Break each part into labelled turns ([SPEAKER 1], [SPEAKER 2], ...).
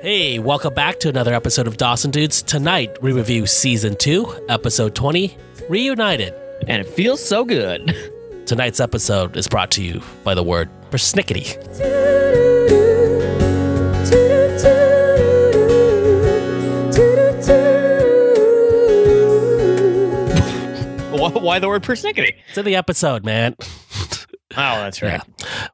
[SPEAKER 1] Hey, welcome back to another episode of Dawson Dudes. Tonight, we review season 2, episode 20, Reunited.
[SPEAKER 2] and it feels so good.
[SPEAKER 1] Tonight's episode is brought to you by the word persnickety.
[SPEAKER 2] Why, why the word persnickety?
[SPEAKER 1] It's in the episode, man.
[SPEAKER 2] Oh, that's right.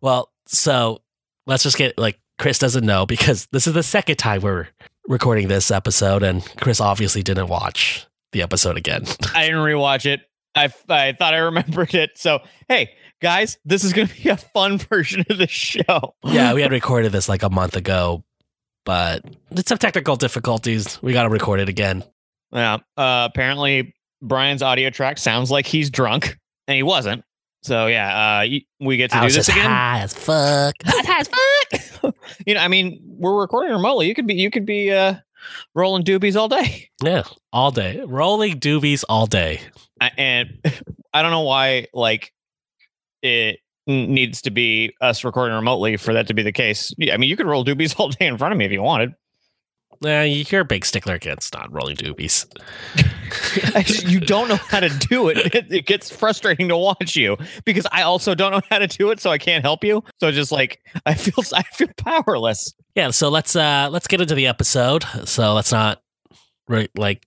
[SPEAKER 1] Well, so let's just get like Chris doesn't know because this is the second time we're recording this episode, and Chris obviously didn't watch the episode again.
[SPEAKER 2] I didn't rewatch it. I, I thought I remembered it. So, hey, guys, this is going to be a fun version of the show.
[SPEAKER 1] yeah, we had recorded this like a month ago, but it's some technical difficulties. We got to record it again.
[SPEAKER 2] Yeah. Uh, apparently, Brian's audio track sounds like he's drunk, and he wasn't. So, yeah, uh, y- we get to
[SPEAKER 1] I
[SPEAKER 2] do
[SPEAKER 1] was
[SPEAKER 2] this
[SPEAKER 1] just
[SPEAKER 2] again.
[SPEAKER 1] high as fuck.
[SPEAKER 2] You know, I mean, we're recording remotely. You could be, you could be uh, rolling doobies all day.
[SPEAKER 1] Yeah, all day. Rolling doobies all day.
[SPEAKER 2] I- and I don't know why like it n- needs to be us recording remotely for that to be the case. Yeah, I mean, you could roll doobies all day in front of me if you wanted.
[SPEAKER 1] Nah, you're a big stickler against not rolling doobies.
[SPEAKER 2] I just- you don't know how to do it. it. It gets frustrating to watch you because I also don't know how to do it, so I can't help you. So just like I feel, I feel powerless.
[SPEAKER 1] Yeah, so let's uh let's get into the episode. So let's not re- like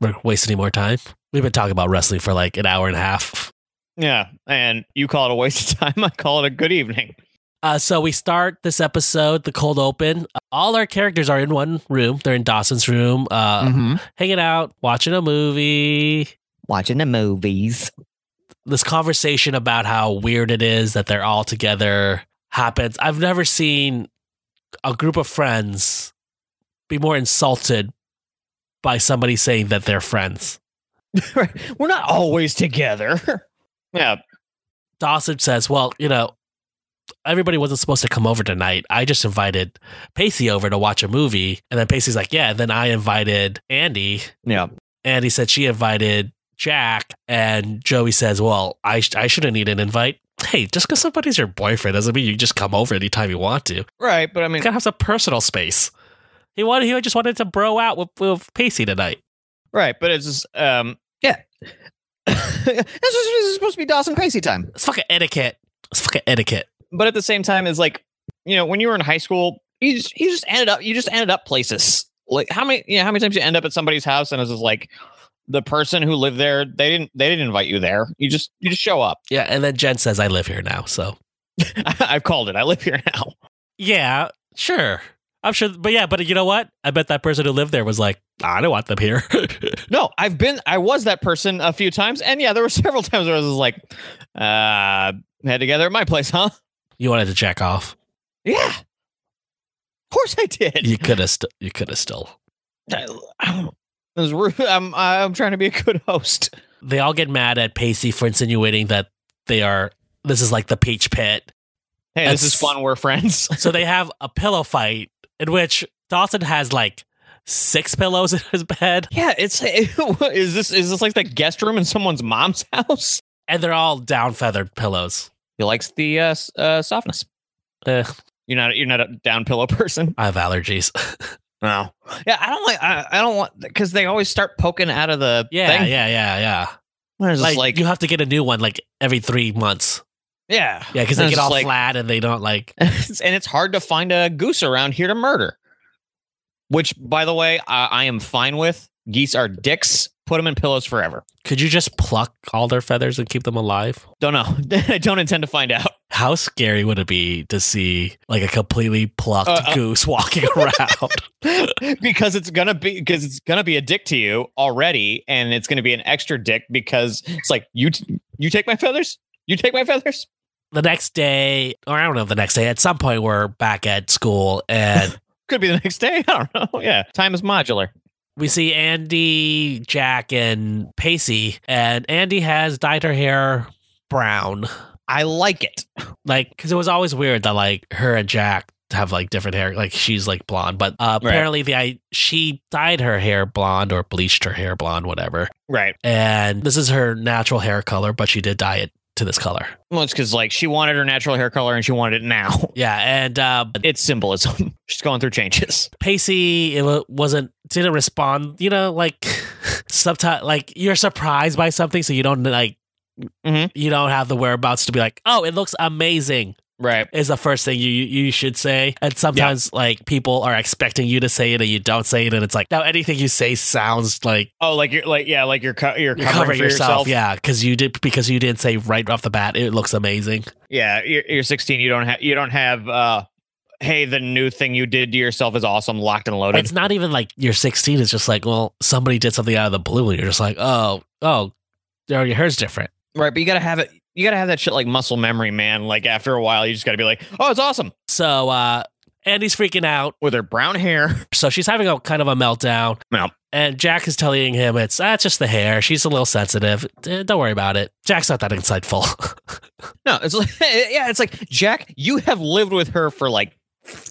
[SPEAKER 1] re- waste any more time. We've been talking about wrestling for like an hour and a half.
[SPEAKER 2] Yeah, and you call it a waste of time. I call it a good evening.
[SPEAKER 1] Uh, so we start this episode, the cold open. All our characters are in one room. They're in Dawson's room, uh,
[SPEAKER 2] Mm.
[SPEAKER 1] hanging out, watching a movie.
[SPEAKER 2] Watching the movies.
[SPEAKER 1] This conversation about how weird it is that they're all together happens. I've never seen a group of friends be more insulted by somebody saying that they're friends.
[SPEAKER 2] Right. We're not always together. Yeah,
[SPEAKER 1] Dawson says, "Well, you know, everybody wasn't supposed to come over tonight. I just invited Pacey over to watch a movie, and then Pacey's like, yeah. And then I invited Andy,
[SPEAKER 2] yeah.
[SPEAKER 1] and he said she invited Jack, and Joey says, well, I sh- I shouldn't need an invite. Hey, just because somebody's your boyfriend doesn't mean you just come over anytime you want to. You
[SPEAKER 2] Right, but I mean,
[SPEAKER 1] gotta have some personal space. He wanted, he just wanted to bro out with, with Pacey tonight.
[SPEAKER 2] Right, but it's just um yeah. this, is, this is supposed to be Dawson Pacey time,
[SPEAKER 1] It's fucking etiquette. It's fucking etiquette.
[SPEAKER 2] but at the same time, it's like you know when you were in high school, you just you just ended up you just ended up places. Like how many you know how many times you end up at somebody's house and it's just like the person who lived there they didn't they didn't invite you there. You just you just show up.
[SPEAKER 1] Yeah, and then Jen says, I live here now, so.
[SPEAKER 2] I've called it. I live here now.
[SPEAKER 1] Yeah, sure. I'm sure, but yeah, but you know what? I bet that person who lived there was like, I don't want them here.
[SPEAKER 2] No, I've been I was that person a few times, and yeah, there were several times where I was just like, uh, had together at my place, huh?
[SPEAKER 1] you wanted to jack off.
[SPEAKER 2] Yeah, of course I did.
[SPEAKER 1] You could have. St- you could have still.
[SPEAKER 2] I, I uh, was rude. I'm I'm trying to be a good host.
[SPEAKER 1] They all get mad at Pacey for insinuating that they are. This is like the peach pit.
[SPEAKER 2] Hey, this
[SPEAKER 1] That's-
[SPEAKER 2] is fun. We're friends.
[SPEAKER 1] So they have a pillow fight in which Dawson has like six pillows in his bed,
[SPEAKER 2] Yeah, it's is this is this like the guest room in someone's mom's house?
[SPEAKER 1] and they're all down feathered pillows.
[SPEAKER 2] He likes the uh, s- uh, softness.
[SPEAKER 1] Eh,
[SPEAKER 2] You're not you're not a down pillow person.
[SPEAKER 1] I have allergies.
[SPEAKER 2] No. Yeah, I don't like I, I don't want because they always start poking out of the
[SPEAKER 1] yeah,
[SPEAKER 2] thing.
[SPEAKER 1] yeah, yeah, yeah.
[SPEAKER 2] And it's
[SPEAKER 1] Like,
[SPEAKER 2] just like,
[SPEAKER 1] you have to get a new one like every three months.
[SPEAKER 2] yeah,
[SPEAKER 1] Yeah, because they
[SPEAKER 2] It's
[SPEAKER 1] get all
[SPEAKER 2] like-
[SPEAKER 1] flat and they don't like.
[SPEAKER 2] and it's hard to find a goose around here to murder. Which, by the way, I, I am fine with. Geese are dicks. Put them in pillows forever.
[SPEAKER 1] Could you just pluck all their feathers and keep them alive?
[SPEAKER 2] Don't know. I don't intend to find out.
[SPEAKER 1] How scary would it be to see like a completely plucked
[SPEAKER 2] Uh, uh.
[SPEAKER 1] goose walking around?
[SPEAKER 2] because it's gonna be because it's gonna be a dick to you already, and it's gonna be an extra dick because it's like you t- you take my feathers, you take my feathers.
[SPEAKER 1] the next day, or I don't know, the next day, at some point, we're back at school and
[SPEAKER 2] Could be the next day. I don't know. Yeah, time is modular.
[SPEAKER 1] we see Andy, Jack, and Pacey. And Andy has dyed her hair brown.
[SPEAKER 2] I like it.
[SPEAKER 1] Like, because it was always weird that like her and Jack have like different hair. Like, she's like blonde, but uh,
[SPEAKER 2] Right.
[SPEAKER 1] apparently, the I, she dyed her hair blonde or bleached her hair blonde, whatever.
[SPEAKER 2] Right.
[SPEAKER 1] and this is her natural hair color, but she did dye it to this color.
[SPEAKER 2] Well, it's because like she wanted her natural hair color and she wanted it now.
[SPEAKER 1] Yeah, and uh,
[SPEAKER 2] It's symbolism. She's going through changes.
[SPEAKER 1] Pacey it wa- wasn't didn't respond. You know, like sometimes like you're surprised by something, so you don't like
[SPEAKER 2] Mhm.
[SPEAKER 1] you don't have the whereabouts to be like, oh, it looks amazing
[SPEAKER 2] Right.
[SPEAKER 1] is the first thing you you should say. And sometimes like people are expecting you to say it and you don't say it, and it's like now anything you say sounds like
[SPEAKER 2] Oh, like you're like yeah, like you're co- you're
[SPEAKER 1] you're
[SPEAKER 2] covering,
[SPEAKER 1] covering
[SPEAKER 2] for
[SPEAKER 1] yourself.
[SPEAKER 2] yourself.
[SPEAKER 1] Yeah, because you did because you didn't say right off the bat. It looks amazing.
[SPEAKER 2] Yeah, you're, you're 16. You don't have you don't have. uh Hey, the new thing you did to yourself is awesome. Locked and loaded.
[SPEAKER 1] It's not even like you're 16. It's just like well, somebody did something out of the blue, and you're just like, oh, oh, your hair's different.
[SPEAKER 2] right, but you gotta have it. You gotta have that shit like muscle memory, man. Like after a while, you just gotta be like, oh, it's awesome
[SPEAKER 1] So uh Andy's freaking out.
[SPEAKER 2] with her brown hair.
[SPEAKER 1] So she's having a kind of a meltdown.
[SPEAKER 2] Yeah.
[SPEAKER 1] And Jack is telling him it's that's just the hair. She's a little sensitive. Eh, Don't worry about it. Jack's not that insightful.
[SPEAKER 2] No, it's like yeah, it's like Jack. You have lived with her for like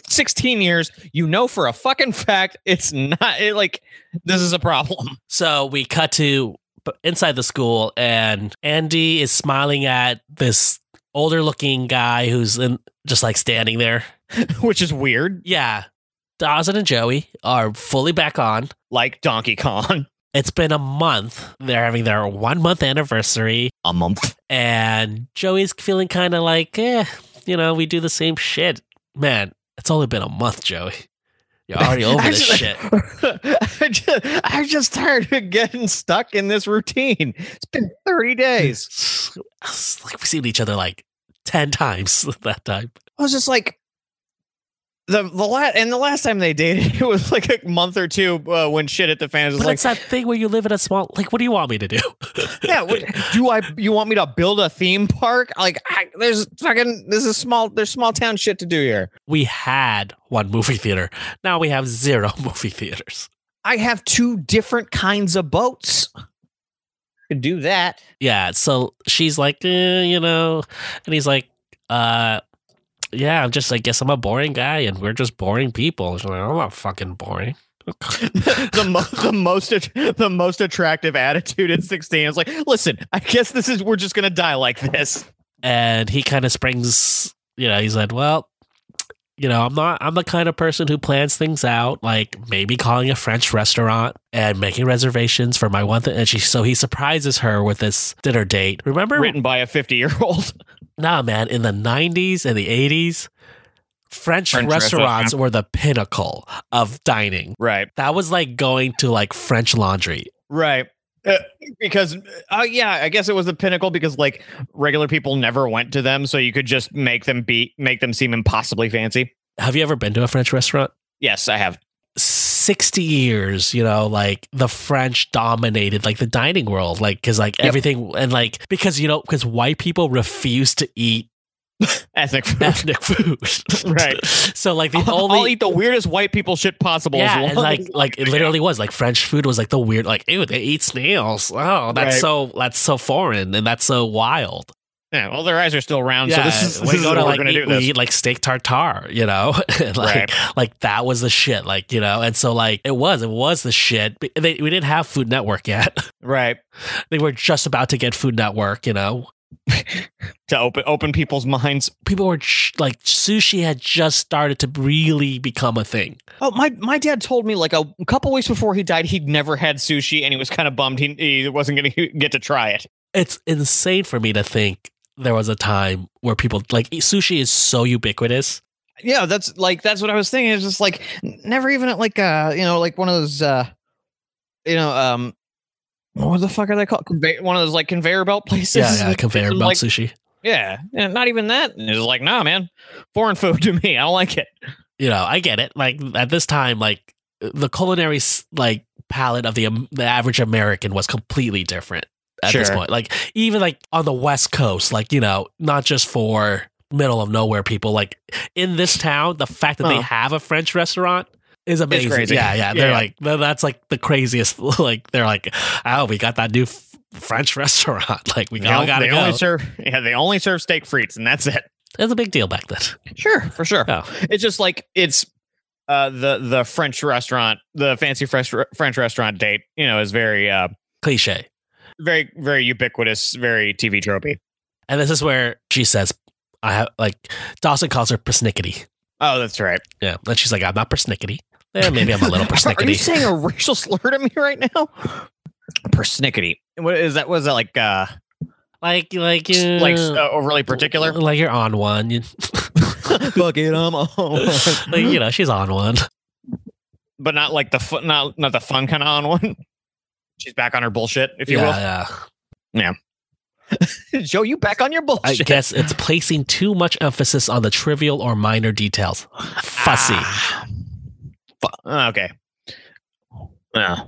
[SPEAKER 2] 16 years. You know for a fucking fact it's not it, like this is a problem.
[SPEAKER 1] so we cut to b- inside the school and Andy is smiling at this older looking guy who's in, just like standing there.
[SPEAKER 2] which is weird.
[SPEAKER 1] Yeah. Dawson and Joey are fully back on.
[SPEAKER 2] Like Donkey Kong,
[SPEAKER 1] It's been a month. They're having their one month anniversary.
[SPEAKER 2] a month.
[SPEAKER 1] and Joey's feeling kind of like, eh, you know, we do the same shit. Man, it's only been a month, Joey. You're already over this shit.
[SPEAKER 2] I just, I'm just tired of getting stuck in this routine. It's been 30 days.
[SPEAKER 1] It's Like we've seen each other like ten times that time.
[SPEAKER 2] I was just like the the last and the last time they dated, it was like a month or two uh, when shit hit the fans. It
[SPEAKER 1] But
[SPEAKER 2] was like,
[SPEAKER 1] it's that thing where you live in a small. Like, what do you want me to do?
[SPEAKER 2] yeah, what, do I? You want me to build a theme park? Like, I, there's fucking this is small. There's small town shit to do here.
[SPEAKER 1] We had one movie theater. Now we have zero movie theaters.
[SPEAKER 2] I have two different kinds of boats. Could do that.
[SPEAKER 1] Yeah. So she's like, eh, you know, and he's like, uh. Yeah, I'm just. I guess I'm a boring guy, and we're just boring people. She's like, I'm not fucking boring.
[SPEAKER 2] the, mo- the most at- the most attractive attitude at 16 is like listen i guess this is we're just gonna die like this
[SPEAKER 1] and he kind of springs you know he's like well you know i'm not i'm the kind of person who plans things out like maybe calling a french restaurant and making reservations for my one thing and she so he surprises her with this dinner date remember
[SPEAKER 2] written by a 50 year old
[SPEAKER 1] nah man in the 90s and the 80s french,
[SPEAKER 2] French
[SPEAKER 1] restaurants
[SPEAKER 2] restaurant.
[SPEAKER 1] were the pinnacle of dining
[SPEAKER 2] right
[SPEAKER 1] that was like going to like french laundry
[SPEAKER 2] right Uh, because uh, yeah i guess it was the pinnacle because like regular people never went to them so you could just make them be make them seem impossibly fancy
[SPEAKER 1] have you ever been to a french restaurant
[SPEAKER 2] yes i have
[SPEAKER 1] 60 years, you know, like the French dominated like the dining world, like because like
[SPEAKER 2] Yep.
[SPEAKER 1] everything and like because you know because white people refuse to eat
[SPEAKER 2] ethnic food
[SPEAKER 1] ethnic food,
[SPEAKER 2] Right.
[SPEAKER 1] So like the
[SPEAKER 2] I'll,
[SPEAKER 1] only
[SPEAKER 2] I'll eat the weirdest white people shit possible as
[SPEAKER 1] yeah, and
[SPEAKER 2] long
[SPEAKER 1] like
[SPEAKER 2] as-
[SPEAKER 1] like it literally was like French food was like the weird like ew they eat snails. Oh, that's
[SPEAKER 2] Right.
[SPEAKER 1] so that's so foreign and that's so wild. Um,
[SPEAKER 2] yeah, well their eyes are still round so
[SPEAKER 1] yeah,
[SPEAKER 2] this is,
[SPEAKER 1] we
[SPEAKER 2] this is
[SPEAKER 1] go
[SPEAKER 2] what
[SPEAKER 1] to
[SPEAKER 2] we're
[SPEAKER 1] like
[SPEAKER 2] gonna
[SPEAKER 1] eat,
[SPEAKER 2] do this
[SPEAKER 1] we eat like steak tartare, you know, And, like
[SPEAKER 2] Right.
[SPEAKER 1] like that was the shit, like you know, and so like it was it was the shit. But They, we didn't have Food Network yet.
[SPEAKER 2] right
[SPEAKER 1] they were just about to get Food Network, you know.
[SPEAKER 2] to open open people's minds
[SPEAKER 1] People were sh- like sushi had just started to really become a thing.
[SPEAKER 2] Oh, my my dad told me like a couple weeks before he died, he'd never had sushi, and he was kind of bummed he, he wasn't going to get to try it.
[SPEAKER 1] It's insane for me to think there was a time where people like sushi is so ubiquitous.
[SPEAKER 2] Yeah, that's like that's what I was thinking. It's just like never even at like uh you know like one of those uh you know um what the fuck are they called? Conve- one of those like conveyor belt places.
[SPEAKER 1] yeah, yeah, conveyor belt
[SPEAKER 2] Like,
[SPEAKER 1] sushi.
[SPEAKER 2] yeah, yeah, not even that. And it was like, nah, man, foreign food to me. I don't like it.
[SPEAKER 1] You know, I get it. Like at this time, like the culinary s- like palate of the um, the average American was completely different at this
[SPEAKER 2] Sure.
[SPEAKER 1] point. Like even like on the West Coast, like you know, not just for middle of nowhere people. Like in this town, the fact that they
[SPEAKER 2] Huh.
[SPEAKER 1] have a French restaurant is amazing.
[SPEAKER 2] crazy.
[SPEAKER 1] Yeah, yeah. They're
[SPEAKER 2] Yeah.
[SPEAKER 1] like tha- that's like the craziest. Like they're like, oh, we got that new f- French restaurant. Like we
[SPEAKER 2] They
[SPEAKER 1] all
[SPEAKER 2] on-
[SPEAKER 1] gotta
[SPEAKER 2] they
[SPEAKER 1] go.
[SPEAKER 2] only serve yeah, they only serve steak frites, and that's it.
[SPEAKER 1] It's a big deal back then.
[SPEAKER 2] Sure, for sure.
[SPEAKER 1] Oh.
[SPEAKER 2] It's just like it's uh the the French restaurant, the fancy French French restaurant date, you know, is very uh
[SPEAKER 1] Cliche.
[SPEAKER 2] very very ubiquitous, very TV tropey.
[SPEAKER 1] And this is where she says, I have like Dawson calls her persnickety.
[SPEAKER 2] Oh, that's right.
[SPEAKER 1] Yeah. And she's like, I'm not persnickety. Eh, maybe I'm a little
[SPEAKER 2] Are you
[SPEAKER 1] persnickety.
[SPEAKER 2] saying a racial slur to me right now? Persnickety. What is that? Was that like uh
[SPEAKER 1] like, like,
[SPEAKER 2] s-
[SPEAKER 1] uh,
[SPEAKER 2] like uh, overly particular?
[SPEAKER 1] Like you're on one. You-
[SPEAKER 2] Fuck it, I'm on.
[SPEAKER 1] like, you know, she's on one.
[SPEAKER 2] but not like the fun, not not the fun kind of on one. She's back on her bullshit, if you
[SPEAKER 1] yeah,
[SPEAKER 2] will. Joe, you back on your bullshit.
[SPEAKER 1] yeah. I guess it's placing too much emphasis on the trivial or minor details. Fussy.
[SPEAKER 2] Ah. Fu- uh, okay. Yeah,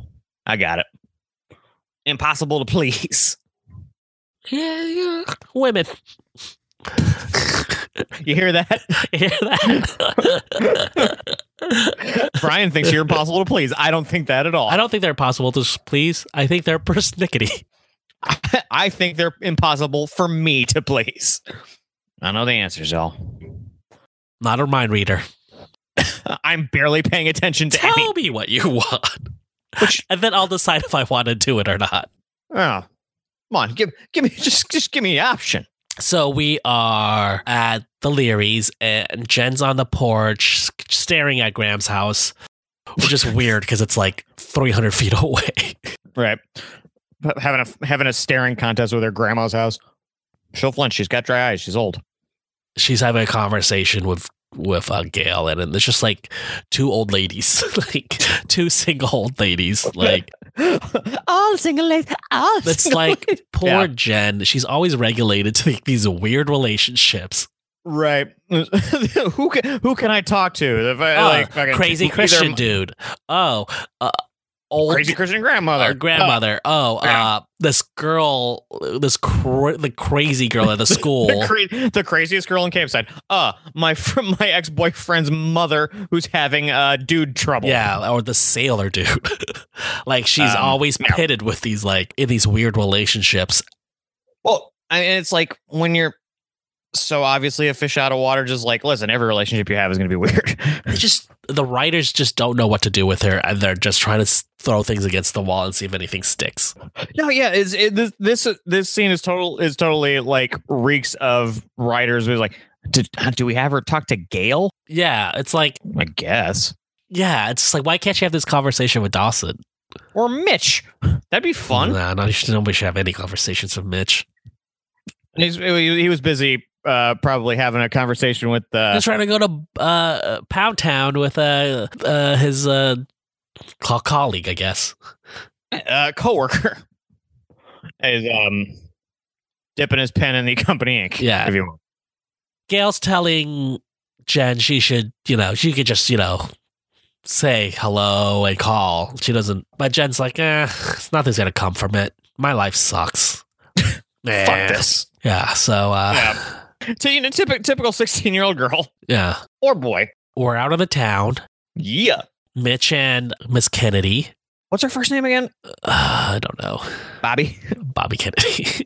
[SPEAKER 2] I got it. Impossible to please.
[SPEAKER 1] Yeah, yeah.
[SPEAKER 2] Ah.
[SPEAKER 1] Women.
[SPEAKER 2] You hear that?
[SPEAKER 1] You hear that?
[SPEAKER 2] Brian thinks you're impossible to please. I don't think that at all.
[SPEAKER 1] I don't think they're possible to s- please. I think they're persnickety.
[SPEAKER 2] I think they're impossible for me to please. I know the answers, y'all.
[SPEAKER 1] Not a mind reader.
[SPEAKER 2] Uh, I'm barely paying attention to any.
[SPEAKER 1] Tell me what you want,
[SPEAKER 2] Which-
[SPEAKER 1] and then I'll decide if I want to do it or not.
[SPEAKER 2] Oh, come on, give give me just just give me an option.
[SPEAKER 1] So we are at the Learys, and Jen's on the porch s- staring at Graham's house, which is weird because it's like 300 feet away.
[SPEAKER 2] Right, But having a having a staring contest with her grandma's house. She'll flinch. She's got dry eyes. She's old.
[SPEAKER 1] She's having a conversation with with uh, Gail, and it's just like two old ladies, like two single old ladies, like
[SPEAKER 2] all single ladies. All
[SPEAKER 1] That's
[SPEAKER 2] single
[SPEAKER 1] like-
[SPEAKER 2] ladies.
[SPEAKER 1] Poor
[SPEAKER 2] Yeah.
[SPEAKER 1] Jen. She's always regulated to these weird relationships.
[SPEAKER 2] right. who can who can I talk to? If I,
[SPEAKER 1] Oh,
[SPEAKER 2] like, fucking-
[SPEAKER 1] crazy
[SPEAKER 2] either
[SPEAKER 1] Christian
[SPEAKER 2] m-
[SPEAKER 1] dude. Oh, uh, old
[SPEAKER 2] crazy Christian
[SPEAKER 1] uh,
[SPEAKER 2] grandmother,
[SPEAKER 1] grandmother. Oh,
[SPEAKER 2] yeah.
[SPEAKER 1] uh, this girl, this cra- the crazy girl at the
[SPEAKER 2] Oh,
[SPEAKER 1] school.
[SPEAKER 2] the, cra- the craziest girl in Campside. Uh, my fr- my ex boyfriend's mother who's having uh dude trouble.
[SPEAKER 1] yeah, or the sailor dude. like she's
[SPEAKER 2] Um,
[SPEAKER 1] always
[SPEAKER 2] yeah.
[SPEAKER 1] pitted with these like in these weird relationships.
[SPEAKER 2] Well, I mean, it's like when you're so obviously a fish out of water. Just like, listen, every relationship you have is going to be weird.
[SPEAKER 1] It's just the writers just don't know what to do with her, and they're just trying to s- throw things against the wall and see if anything sticks.
[SPEAKER 2] No, yeah, is it, this this this scene is total is totally like reeks of writers who's like, do, do we have her talk to Gail?
[SPEAKER 1] Yeah, it's like
[SPEAKER 2] I guess
[SPEAKER 1] yeah, it's just like why can't you have this conversation with Dawson?
[SPEAKER 2] or Mitch. That'd be fun.
[SPEAKER 1] Nah, no, you should, nobody should have any conversations with Mitch.
[SPEAKER 2] And He's, he he was busy uh, probably having a conversation with uh,
[SPEAKER 1] He's trying to go to uh, Pound Town with uh, uh, his uh, co- colleague, I guess.
[SPEAKER 2] uh, coworker. Is um dipping his pen in the company ink.
[SPEAKER 1] Yeah.
[SPEAKER 2] if you will.
[SPEAKER 1] Gail's telling Jen she should, you know, she could just, you know, say hello and call. She doesn't, but Jen's like, eh, nothing's going to come from it. My life sucks. Eh.
[SPEAKER 2] Fuck this.
[SPEAKER 1] Yeah, so, uh,
[SPEAKER 2] Yeah. So, you know, typical typical sixteen year old girl
[SPEAKER 1] yeah.
[SPEAKER 2] or boy.
[SPEAKER 1] We're out of the town.
[SPEAKER 2] Yeah.
[SPEAKER 1] Mitch and Miss Kennedy.
[SPEAKER 2] What's her first name again?
[SPEAKER 1] Uh, I don't know.
[SPEAKER 2] Bobby.
[SPEAKER 1] Bobby Kennedy.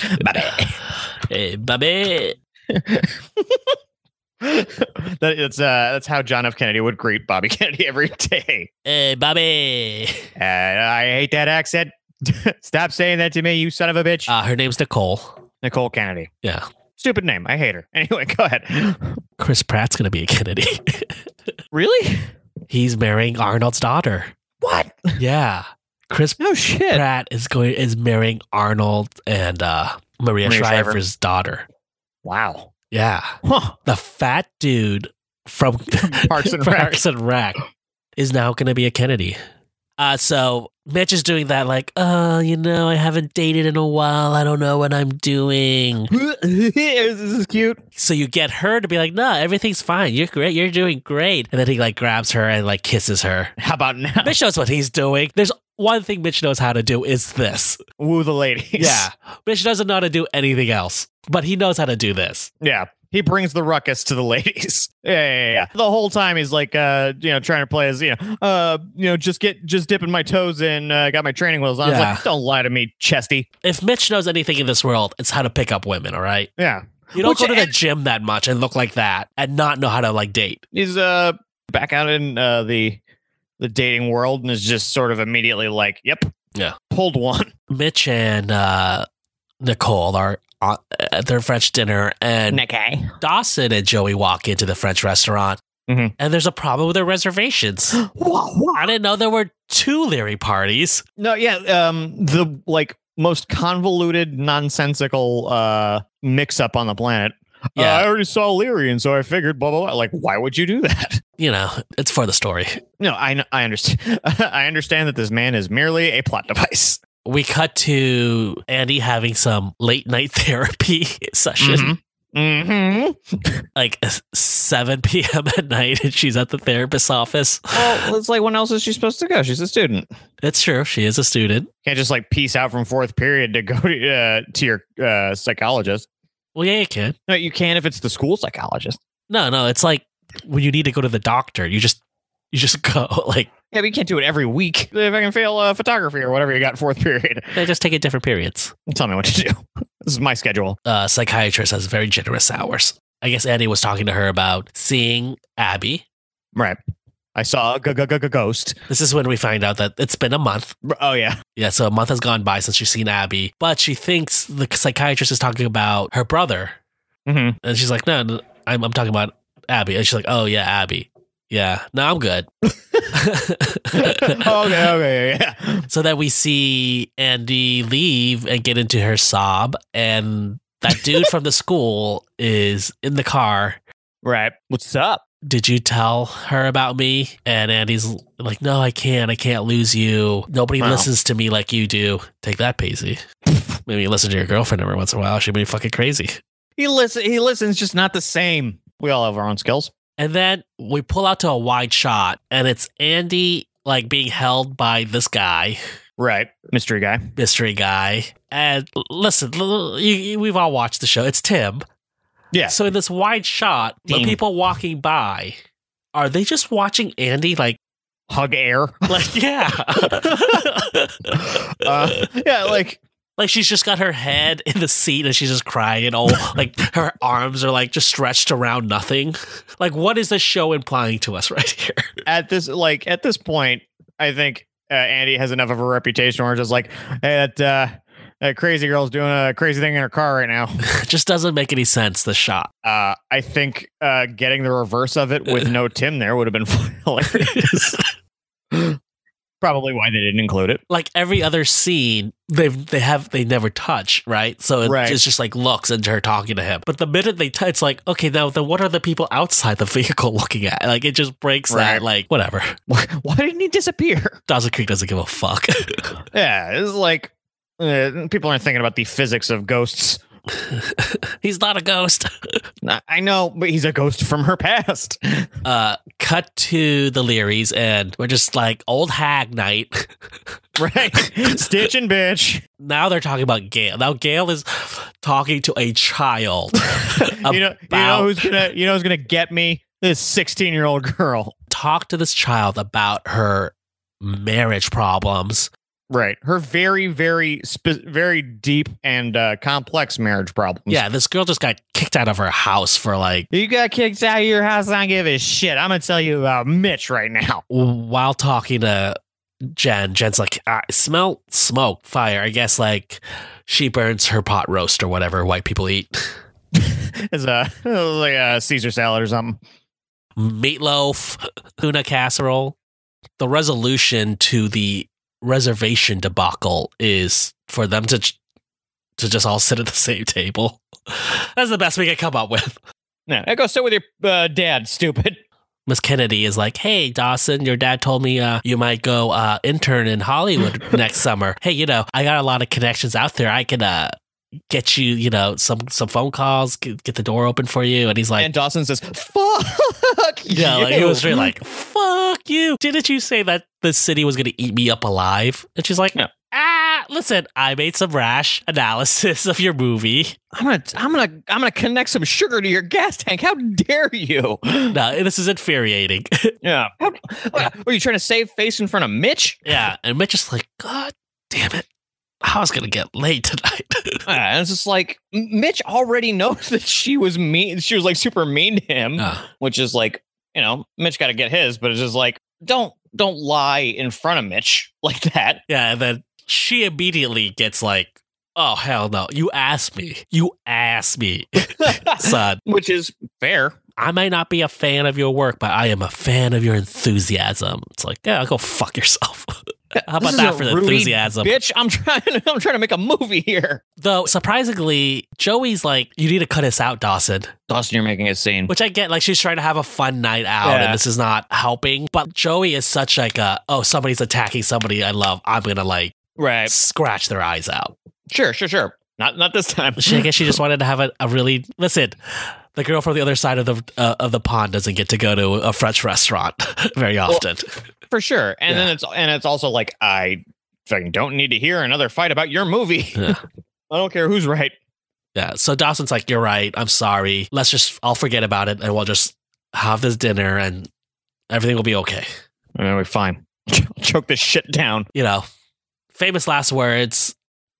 [SPEAKER 2] Bobby.
[SPEAKER 1] hey, Bobby.
[SPEAKER 2] that, that's uh, that's how John F. Kennedy would greet Bobby Kennedy every day.
[SPEAKER 1] Hey, Bobby.
[SPEAKER 2] Uh, I hate that accent. Stop saying that to me, you son of a bitch.
[SPEAKER 1] Uh, her name's Nicole.
[SPEAKER 2] Nicole Kennedy.
[SPEAKER 1] Yeah.
[SPEAKER 2] Stupid name. I hate her. Anyway, go ahead.
[SPEAKER 1] Chris Pratt's going to be a Kennedy.
[SPEAKER 2] Really?
[SPEAKER 1] He's marrying Arnold's daughter.
[SPEAKER 2] What?
[SPEAKER 1] Yeah. Chris
[SPEAKER 2] No shit.
[SPEAKER 1] Pratt is going is marrying Arnold and uh, Maria,
[SPEAKER 2] Maria Shriver.
[SPEAKER 1] Shriver's daughter.
[SPEAKER 2] Wow.
[SPEAKER 1] Yeah.
[SPEAKER 2] Huh.
[SPEAKER 1] The fat dude from
[SPEAKER 2] Parks and Rec.
[SPEAKER 1] Parks and Rec is now going to be a Kennedy. Uh, so Mitch is doing that, like, oh, you know, I haven't dated in a while. I don't know what I'm doing.
[SPEAKER 2] this is cute.
[SPEAKER 1] So you get her to be like, no, everything's fine. You're great. You're doing great. And then he like grabs her and like kisses her.
[SPEAKER 2] How about now?
[SPEAKER 1] Mitch knows what he's doing. There's one thing Mitch knows how to do is this.
[SPEAKER 2] Woo the ladies.
[SPEAKER 1] Yeah. Mitch doesn't know how to do anything else, but he knows how to do this.
[SPEAKER 2] Yeah. He brings the ruckus to the ladies. Yeah, yeah, yeah. The whole time he's like, uh, you know, trying to play as, you know, uh, you know, just get, just dipping my toes in. Uh, got my training wheels on. I was
[SPEAKER 1] Yeah.
[SPEAKER 2] like, don't lie to me, Chesty.
[SPEAKER 1] If Mitch knows anything in this world, it's how to pick up women, all right?
[SPEAKER 2] Yeah,
[SPEAKER 1] You don't
[SPEAKER 2] Which-
[SPEAKER 1] go to the gym that much and look like that and not know how to like date.
[SPEAKER 2] he's uh back out in uh, the the dating world and is just sort of immediately like, yep,
[SPEAKER 1] Yeah.
[SPEAKER 2] pulled one.
[SPEAKER 1] Mitch and uh Nicole are uh, at their French dinner, and
[SPEAKER 2] Okay.
[SPEAKER 1] Dawson and Joey walk into the French restaurant,
[SPEAKER 2] Mhm.
[SPEAKER 1] and there's a problem with their reservations. I didn't know there were two Leary parties.
[SPEAKER 2] No, yeah. Um, the like most convoluted, nonsensical uh mix up on the planet.
[SPEAKER 1] Yeah.
[SPEAKER 2] Uh, I already saw Leary, and so I figured, blah blah blah. Like, why would you do that?
[SPEAKER 1] You know, it's for the story.
[SPEAKER 2] No, I kn- I understand. I understand that this man is merely a plot device.
[SPEAKER 1] We cut to Andy having some late night therapy session,
[SPEAKER 2] Mm-hmm.
[SPEAKER 1] like 7 p.m. at night, and she's at the therapist's office.
[SPEAKER 2] Well, it's like when else is she supposed to go? She's a student.
[SPEAKER 1] It's true. She is a student.
[SPEAKER 2] Can't just like peace out from fourth period to go to uh, to your uh, psychologist.
[SPEAKER 1] Well, yeah, you can.
[SPEAKER 2] No, you can if it's the school psychologist.
[SPEAKER 1] No, no, it's like when you need to go to the doctor, you just you just go like
[SPEAKER 2] Yeah, but you can't do it every week. If I can fail uh, photography or whatever you got in fourth period,
[SPEAKER 1] they just take it different periods.
[SPEAKER 2] tell me what to do. This is my schedule.
[SPEAKER 1] Uh, psychiatrist has very generous hours. I guess Andy was talking to her about seeing Abby.
[SPEAKER 2] Right. I saw a g- g- g- g- ghost.
[SPEAKER 1] This is when we find out that it's been a month.
[SPEAKER 2] R- Oh yeah.
[SPEAKER 1] Yeah, so a month has gone by since she's seen Abby, but she thinks the psychiatrist is talking about her brother,
[SPEAKER 2] Mm-hmm.
[SPEAKER 1] and she's like, "No, no, I'm, I'm talking about Abby." And she's like, "Oh yeah, Abby. Yeah, no, I'm good."
[SPEAKER 2] okay. Okay. Oh, Yeah. yeah.
[SPEAKER 1] so that we see Andy leave and get into her sob, and that dude from the school is in the car.
[SPEAKER 2] Right. What's up?
[SPEAKER 1] Did you tell her about me? And Andy's like, No, I can't. I can't lose you. Nobody
[SPEAKER 2] Wow.
[SPEAKER 1] listens to me like you do. Take that, Paisley. Maybe listen to your girlfriend every once in a while. She'd be fucking crazy.
[SPEAKER 2] He listen. He listens, just not the same. We all have our own skills.
[SPEAKER 1] And then we pull out to a wide shot, and it's Andy like being held by this guy.
[SPEAKER 2] Right. Mystery guy.
[SPEAKER 1] mystery guy. And l- listen, l- l- you, you- we've all watched the show. It's Tim.
[SPEAKER 2] Yeah.
[SPEAKER 1] So in this wide shot, the
[SPEAKER 2] Tim.
[SPEAKER 1] people walking by, are they just watching Andy? Like,
[SPEAKER 2] Hug air.
[SPEAKER 1] like yeah.
[SPEAKER 2] Uh, yeah. Like
[SPEAKER 1] like she's just got her head in the seat and she's just crying and all like her arms are like just stretched around nothing. Like what is this show implying to us right here?
[SPEAKER 2] at this. Like at this point, I think uh, Andy has enough of a reputation where it's just like, hey, that uh, that crazy girl's doing a crazy thing in her car right now.
[SPEAKER 1] It just doesn't make any sense, the shot.
[SPEAKER 2] Uh, I think uh, getting the reverse of it with no Tim there would have been hilarious. Probably why they didn't include it.
[SPEAKER 1] like every other scene they've they have they never touch right so it,
[SPEAKER 2] Right.
[SPEAKER 1] it's just like looks into her talking to him but the minute they touch it's like okay now then what are the people outside the vehicle looking at like it just breaks that
[SPEAKER 2] Right.
[SPEAKER 1] like whatever
[SPEAKER 2] Why, why didn't he disappear?
[SPEAKER 1] dawson creek doesn't give a fuck
[SPEAKER 2] Yeah, it's like uh, people aren't thinking about the physics of ghosts.
[SPEAKER 1] he's not a ghost
[SPEAKER 2] I- I know, but he's a ghost from her past.
[SPEAKER 1] uh cut to the learys and we're just like old hag night
[SPEAKER 2] Right. Stitch and bitch.
[SPEAKER 1] now they're talking about gail now gail is talking to a child
[SPEAKER 2] you know, you
[SPEAKER 1] About-
[SPEAKER 2] know who's gonna you know who's gonna get me? This 16 year old girl.
[SPEAKER 1] talk to this child about her marriage problems
[SPEAKER 2] Right. Her very, very spe- very deep and uh, complex marriage problems.
[SPEAKER 1] Yeah, this girl just got kicked out of her house for like
[SPEAKER 2] You got kicked out of your house, I don't give a shit. I'm gonna tell you about Mitch right now.
[SPEAKER 1] while talking to Jen. Jen's like, I smell smoke, fire. I guess like she burns her pot roast or whatever white people eat.
[SPEAKER 2] It's a it's like a Caesar salad or something.
[SPEAKER 1] Meatloaf, tuna casserole. The resolution to the reservation debacle is for them to j- to just all sit at the same table. That's the best we could come up with.
[SPEAKER 2] No, that goes so with your uh, dad, stupid.
[SPEAKER 1] Miss Kennedy is like, "Hey Dawson, your dad told me uh, you might go uh, intern in Hollywood next summer. Hey, you know, I got a lot of connections out there. I can uh, get you, you know, some some phone calls, get, get the door open for you." And he's like,
[SPEAKER 2] and Dawson says, "Fuck
[SPEAKER 1] "Yeah,
[SPEAKER 2] you."
[SPEAKER 1] like, he was really like, fuck you. Didn't you say that the city was gonna eat me up alive?" And she's like,
[SPEAKER 2] Yeah.
[SPEAKER 1] "Ah, listen, I made some rash analysis of your movie.
[SPEAKER 2] "I'm gonna, I'm gonna, I'm gonna connect some sugar to your gas tank. How dare you?"
[SPEAKER 1] No, this is infuriating."
[SPEAKER 2] Yeah. How, were you trying to save face in front of Mitch?
[SPEAKER 1] yeah, and Mitch is like, "God damn it." I was gonna get late tonight.
[SPEAKER 2] Uh, and it's just like M- Mitch already knows that she was mean. She was like super mean to him,
[SPEAKER 1] Uh,
[SPEAKER 2] which is like, you know, Mitch got to get his, but it's just like, don't, don't lie in front of Mitch like that.
[SPEAKER 1] Yeah, and then she immediately gets like Oh hell no! You asked me. You asked me, son.
[SPEAKER 2] Which is fair.
[SPEAKER 1] I may not be a fan of your work, but I am a fan of your enthusiasm. It's like, yeah, go fuck yourself. How about
[SPEAKER 2] This is
[SPEAKER 1] that
[SPEAKER 2] a
[SPEAKER 1] for the
[SPEAKER 2] rude
[SPEAKER 1] enthusiasm?
[SPEAKER 2] Bitch, I'm trying I'm trying to make a movie here.
[SPEAKER 1] Though surprisingly, Joey's like, you need to cut us out, Dawson.
[SPEAKER 2] Dawson, you're making a scene.
[SPEAKER 1] Which I get, like she's trying to have a fun night out,
[SPEAKER 2] Yeah.
[SPEAKER 1] and this is not helping. But Joey is such like a oh, somebody's attacking somebody I love. I'm gonna like
[SPEAKER 2] Right.
[SPEAKER 1] scratch their eyes out.
[SPEAKER 2] Sure, sure, sure. Not not this time.
[SPEAKER 1] She, I guess she just wanted to have a, a really listen. The girl from the other side of the uh, of the pond doesn't get to go to a French restaurant very often.
[SPEAKER 2] For sure. And
[SPEAKER 1] Yeah.
[SPEAKER 2] then it's and it's also like I fucking don't need to hear another fight about your movie.
[SPEAKER 1] Yeah.
[SPEAKER 2] I don't care who's right.
[SPEAKER 1] Yeah. So Dawson's like, "You're right. I'm sorry. Let's just I'll forget about it, and we'll just have this dinner, and everything will be okay."
[SPEAKER 2] And then we're fine. Choke this shit down.
[SPEAKER 1] You know, famous last words.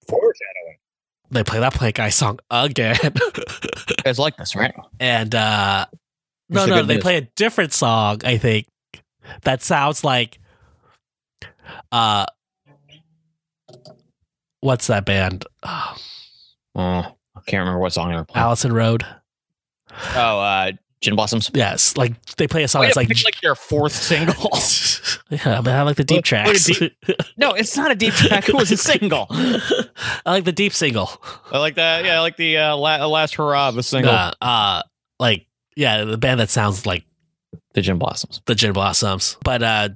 [SPEAKER 2] Foreshadowing.
[SPEAKER 1] They play that Plank Guy song again,
[SPEAKER 2] You guys like this, right?
[SPEAKER 1] and uh no,
[SPEAKER 2] It's the
[SPEAKER 1] no,
[SPEAKER 2] good
[SPEAKER 1] they
[SPEAKER 2] news.
[SPEAKER 1] play a different song. I think that sounds like uh, what's that band? Oh,
[SPEAKER 2] Oh, I can't remember what song they were playing.
[SPEAKER 1] Allison Road.
[SPEAKER 2] Oh, uh Gin Blossoms.
[SPEAKER 1] Yes, like they play a song
[SPEAKER 2] Wait,
[SPEAKER 1] that's
[SPEAKER 2] I
[SPEAKER 1] Oh, like.
[SPEAKER 2] picked, like their fourth single.
[SPEAKER 1] Yeah, but I like the deep
[SPEAKER 2] What- what a
[SPEAKER 1] tracks.
[SPEAKER 2] deep- no, it's not a deep track. It was a single.
[SPEAKER 1] I like the deep single.
[SPEAKER 2] I like that. Yeah, I like the uh, la- last hurrah of the single.
[SPEAKER 1] Uh, uh, like yeah, the band that sounds like
[SPEAKER 2] The Gin Blossoms.
[SPEAKER 1] the Gin Blossoms. But uh,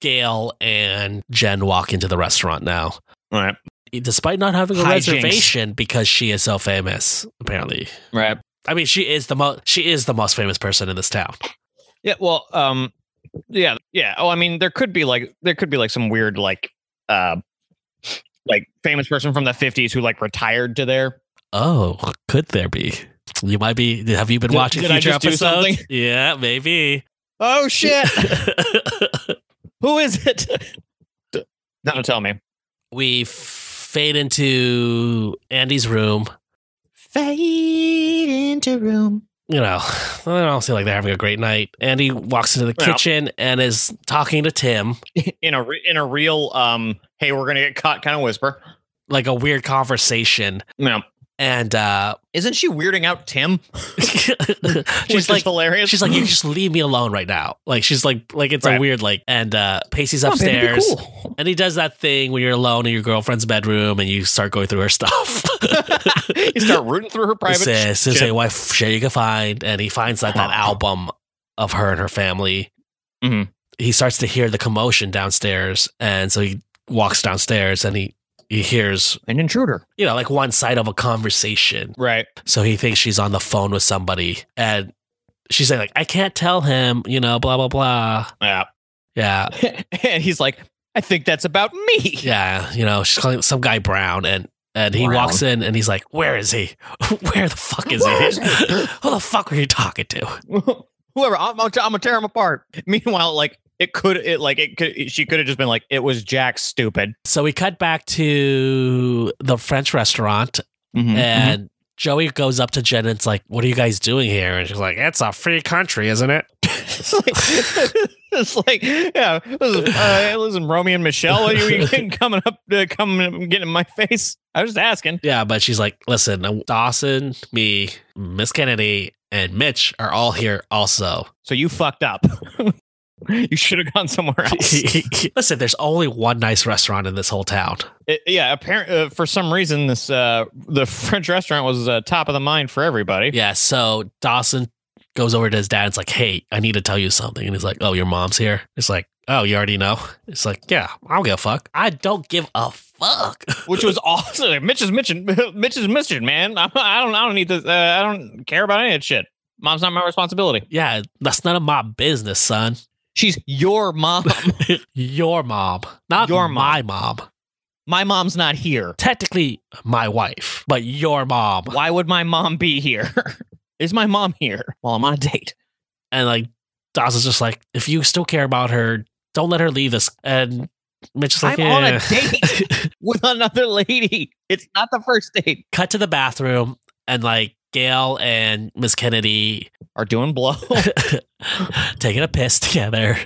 [SPEAKER 1] Gail and Jen walk into the restaurant now, E,
[SPEAKER 2] All right.
[SPEAKER 1] despite not having a
[SPEAKER 2] Hijinks.
[SPEAKER 1] reservation because she is so famous. Apparently,
[SPEAKER 2] Right.
[SPEAKER 1] I mean, she is the most she is the most famous person in this town.
[SPEAKER 2] Yeah. Well. Um. Yeah. Yeah. Oh, I mean, there could be like there could be like some weird like uh like famous person from the fifties who like retired to there.
[SPEAKER 1] Oh, could there be? You might be. Have you been
[SPEAKER 2] Did-
[SPEAKER 1] watching
[SPEAKER 2] did I
[SPEAKER 1] future
[SPEAKER 2] just do
[SPEAKER 1] episodes?
[SPEAKER 2] something?
[SPEAKER 1] Yeah, maybe.
[SPEAKER 2] Oh shit! who is it? No, tell me.
[SPEAKER 1] we fade into Andy's room.
[SPEAKER 2] Fade into room.
[SPEAKER 1] You know, they don't seem like they're having a great night. Andy walks into the
[SPEAKER 2] Yeah.
[SPEAKER 1] kitchen and is talking to Tim
[SPEAKER 2] In a re- in a real um. Hey, we're gonna get caught. Kind of whisper.
[SPEAKER 1] like a weird conversation.
[SPEAKER 2] No.
[SPEAKER 1] And uh,
[SPEAKER 2] Isn't she weirding out Tim? Which
[SPEAKER 1] she's
[SPEAKER 2] is
[SPEAKER 1] like,
[SPEAKER 2] hilarious.
[SPEAKER 1] she's like, you just leave me alone right now. Like she's like, like it's a
[SPEAKER 2] Right.
[SPEAKER 1] weird like. And uh, Pacey's
[SPEAKER 2] Come on, baby, be
[SPEAKER 1] upstairs,
[SPEAKER 2] cool.
[SPEAKER 1] and he does that thing when you're alone in your girlfriend's bedroom and you start going through her stuff.
[SPEAKER 2] you start rooting through her private.
[SPEAKER 1] says,
[SPEAKER 2] shit.
[SPEAKER 1] says, "Hey, wife, shit you can find," and he finds like that album of her and her family.
[SPEAKER 2] Mhm.
[SPEAKER 1] He starts to hear the commotion downstairs, and so he walks downstairs and he he hears
[SPEAKER 2] an intruder.
[SPEAKER 1] you know like one side of a conversation.
[SPEAKER 2] Right.
[SPEAKER 1] So he thinks she's on the phone with somebody, and she's saying like, "I can't tell him," you know, blah blah blah.
[SPEAKER 2] Yeah.
[SPEAKER 1] Yeah,
[SPEAKER 2] and he's like, I think that's about me.
[SPEAKER 1] yeah, you know, she's calling some guy Brown, and and he
[SPEAKER 2] Brown.
[SPEAKER 1] walks in and he's like, "Where is he? Where the fuck is
[SPEAKER 2] Where is
[SPEAKER 1] he?
[SPEAKER 2] he?"
[SPEAKER 1] Who the fuck are you talking to?"
[SPEAKER 2] Whoever, I'm, I'm gonna tear him apart. Meanwhile, like it could, it like it could, she could have just been like, it was Jack, stupid.
[SPEAKER 1] So we cut back to the French restaurant,
[SPEAKER 2] Mm-hmm.
[SPEAKER 1] and Joey goes up to Jen and it's like, "What are you guys doing here?" And she's like, "It's a free country, isn't it?"
[SPEAKER 2] it's like, it's like, yeah, listen, uh, listen, Romeo and Michelle, are you getting- coming up, uh, coming, getting in my face? I was just asking.
[SPEAKER 1] Yeah, but she's like, "Listen, Dawson, me, Miss Kennedy, and Mitch are all here also.
[SPEAKER 2] So you fucked up. you should have gone somewhere else.
[SPEAKER 1] Listen, there's only one nice restaurant in this whole town.
[SPEAKER 2] It- yeah, apparently uh, for some reason this uh the French restaurant was uh, top of the mind for everybody.
[SPEAKER 1] Yeah, so Dawson goes over to his dad. It's like, "Hey, I need to tell you something." And he's like, "Oh, your mom's here." It's like, "Oh, you already know." It's like, "Yeah, I don't give a fuck. I don't give a fuck."
[SPEAKER 2] Which was awesome. Mitch is Mitching. Mitch is Mitching, man. I, I don't. I don't need this. Uh, I don't care about any of that shit. Mom's not my responsibility.
[SPEAKER 1] Yeah, that's none of my business, son.
[SPEAKER 2] She's your mom.
[SPEAKER 1] Your mom, not
[SPEAKER 2] Your mom.
[SPEAKER 1] my mom.
[SPEAKER 2] my mom's not here.
[SPEAKER 1] Technically, my wife, but your mom.
[SPEAKER 2] Why would my mom be here? is my mom here? Well, I'm on a date.
[SPEAKER 1] And like, Dawson's just like, if you still care about her, don't let her leave us. And Mitch is like,
[SPEAKER 2] I'm on a
[SPEAKER 1] "Yeah."
[SPEAKER 2] date with another lady. It's not the first date.
[SPEAKER 1] Cut to the bathroom, and like Gail and Miss Kennedy
[SPEAKER 2] Are doing blow. That's
[SPEAKER 1] taking a piss together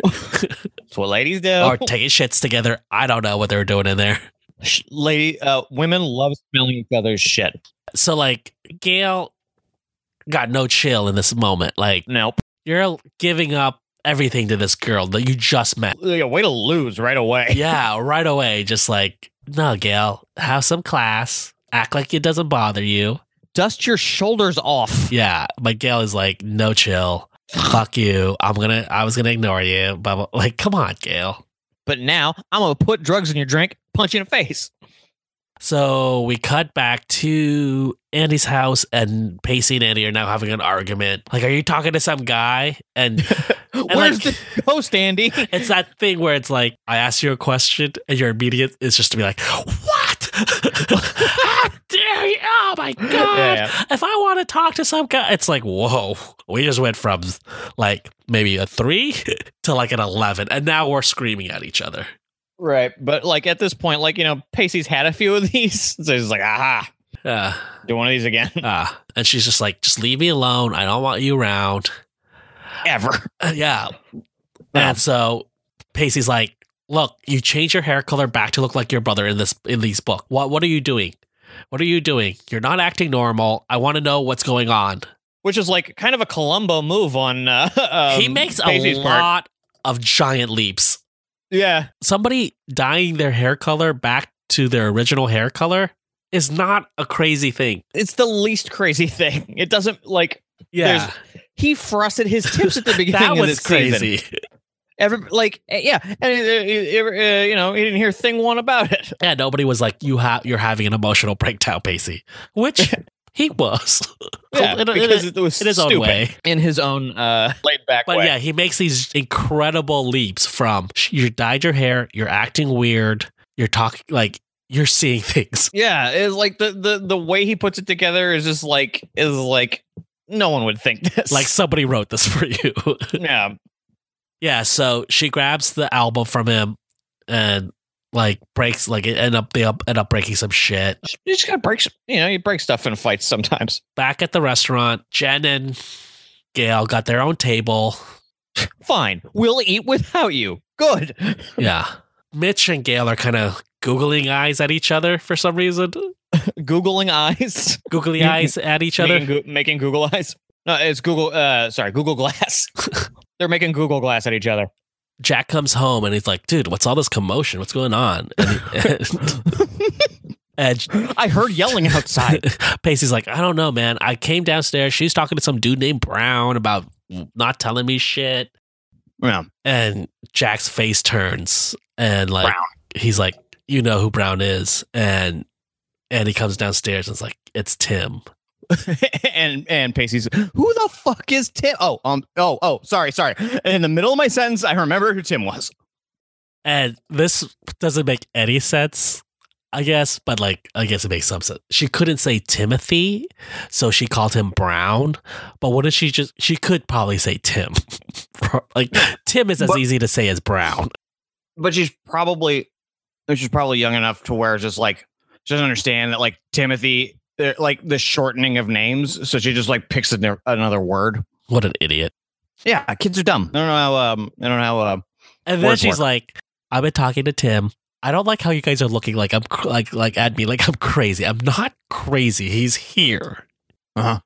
[SPEAKER 2] what ladies do.
[SPEAKER 1] or taking shits together. I don't know what they were doing in there.
[SPEAKER 2] Sh- lady, uh, women love smelling each other's shit.
[SPEAKER 1] So like Gail got no chill in this moment. Like
[SPEAKER 2] Nope.
[SPEAKER 1] you're giving up everything to this girl that you just met.
[SPEAKER 2] Yeah, way to lose right away.
[SPEAKER 1] Yeah, right away. Just like, no, Gail, have some class. Act like it doesn't bother you.
[SPEAKER 2] Dust your shoulders off.
[SPEAKER 1] Yeah. But Gail is like, no chill. Fuck you. I'm gonna I was gonna ignore you. But I'm like, come on, Gail.
[SPEAKER 2] But now I'm gonna put drugs in your drink, punch you in the face.
[SPEAKER 1] So we cut back to Andy's house, and Pacey and Andy are now having an argument. Like, are you talking to some guy? And
[SPEAKER 2] Where's
[SPEAKER 1] like-
[SPEAKER 2] the ghost, Andy?
[SPEAKER 1] it's that thing where it's like, I ask you a question, and your immediate is just to be like, what? How dare you? Oh my God.
[SPEAKER 2] Yeah,
[SPEAKER 1] If I want to talk to some guy, it's like, whoa, we just went from like maybe a three to like an 11, and now we're screaming at each other.
[SPEAKER 2] Right. But like at this point, like, you know, Pacey's had a few of these. So he's like, aha,
[SPEAKER 1] Yeah.
[SPEAKER 2] do one of these again.
[SPEAKER 1] Ah, and she's just like, just leave me alone. I don't want you around.
[SPEAKER 2] Ever.
[SPEAKER 1] Uh, yeah.
[SPEAKER 2] Yeah.
[SPEAKER 1] And so Pacey's like, "Look, you change your hair color back to look like your brother in this in these book. What what are you doing? What are you doing? You're not acting normal. I want to know what's going on."
[SPEAKER 2] Which is like kind of a Columbo move on uh um,
[SPEAKER 1] he makes a
[SPEAKER 2] Pacey's part.
[SPEAKER 1] lot of giant leaps.
[SPEAKER 2] Yeah.
[SPEAKER 1] Somebody dyeing their hair color back to their original hair color is not a crazy thing.
[SPEAKER 2] It's the least crazy thing. It doesn't like Yeah. he frosted his tips at the beginning
[SPEAKER 1] that
[SPEAKER 2] of
[SPEAKER 1] was
[SPEAKER 2] this season.
[SPEAKER 1] crazy.
[SPEAKER 2] Every, like eh, yeah, and uh, uh, uh, you know he didn't hear a thing one about it.
[SPEAKER 1] Yeah, nobody was like, "You have you're having an emotional breakdown, Pacey," which he was.
[SPEAKER 2] Yeah,
[SPEAKER 1] In a- in a-
[SPEAKER 2] because it was
[SPEAKER 1] in his own
[SPEAKER 2] stupid
[SPEAKER 1] way.
[SPEAKER 2] in his own uh, laid back
[SPEAKER 1] But
[SPEAKER 2] way.
[SPEAKER 1] yeah, he makes these incredible leaps from sh- you dyed your hair, you're acting weird, you're talking like you're seeing things.
[SPEAKER 2] Yeah, it's like the the the way he puts it together is just like is like no one would think this.
[SPEAKER 1] Like somebody wrote this for you.
[SPEAKER 2] yeah,
[SPEAKER 1] yeah, so she grabs the album from him and like breaks like it end up they up, end up breaking some shit.
[SPEAKER 2] you just gotta break. s- You know, you break stuff in fights sometimes.
[SPEAKER 1] Back at the restaurant, Jen and Gail got their own table.
[SPEAKER 2] Fine, we'll eat without you. Good.
[SPEAKER 1] Yeah. Mitch and Gail are kind of googling eyes at each other for some reason.
[SPEAKER 2] Googling eyes.
[SPEAKER 1] Googly
[SPEAKER 2] You-
[SPEAKER 1] eyes at each other.
[SPEAKER 2] Making, Goo- making Google eyes. No, it's Google. Uh, sorry, Google Glass. They're making Google Glass at each other.
[SPEAKER 1] Jack comes home and he's like, dude, what's all this commotion? What's going on? And, and
[SPEAKER 2] I heard yelling outside.
[SPEAKER 1] Pacey's like, I don't know, man. I came downstairs. She's talking to some dude named Brown about not telling me shit.
[SPEAKER 2] yeah.
[SPEAKER 1] And Jack's face turns and like,
[SPEAKER 2] Brown.
[SPEAKER 1] he's like, you know who Brown is. And, and he comes downstairs and it's like, it's Tim.
[SPEAKER 2] and and Pacey's who the fuck is Tim? Oh, um oh, oh, sorry, sorry. In the middle of my sentence, I remember who Tim was.
[SPEAKER 1] And this doesn't make any sense, I guess, but like, I guess it makes some sense. She couldn't say Timothy, so she called him Brown. But what did she just, she could probably say Tim. like, Tim is as
[SPEAKER 2] But-
[SPEAKER 1] easy to say as Brown.
[SPEAKER 2] But she's probably she's probably young enough to where it's just like she doesn't understand that like Timothy they're, like the shortening of names, so she just like picks an- another word.
[SPEAKER 1] What an idiot.
[SPEAKER 2] Yeah, uh, kids are dumb. I don't know how um I don't know how um
[SPEAKER 1] And then
[SPEAKER 2] Word
[SPEAKER 1] she's
[SPEAKER 2] work.
[SPEAKER 1] like, I've been talking to Tim. I don't like how you guys are looking like I'm cr- like like at me like I'm crazy. I'm not crazy. He's here.
[SPEAKER 2] uh-huh.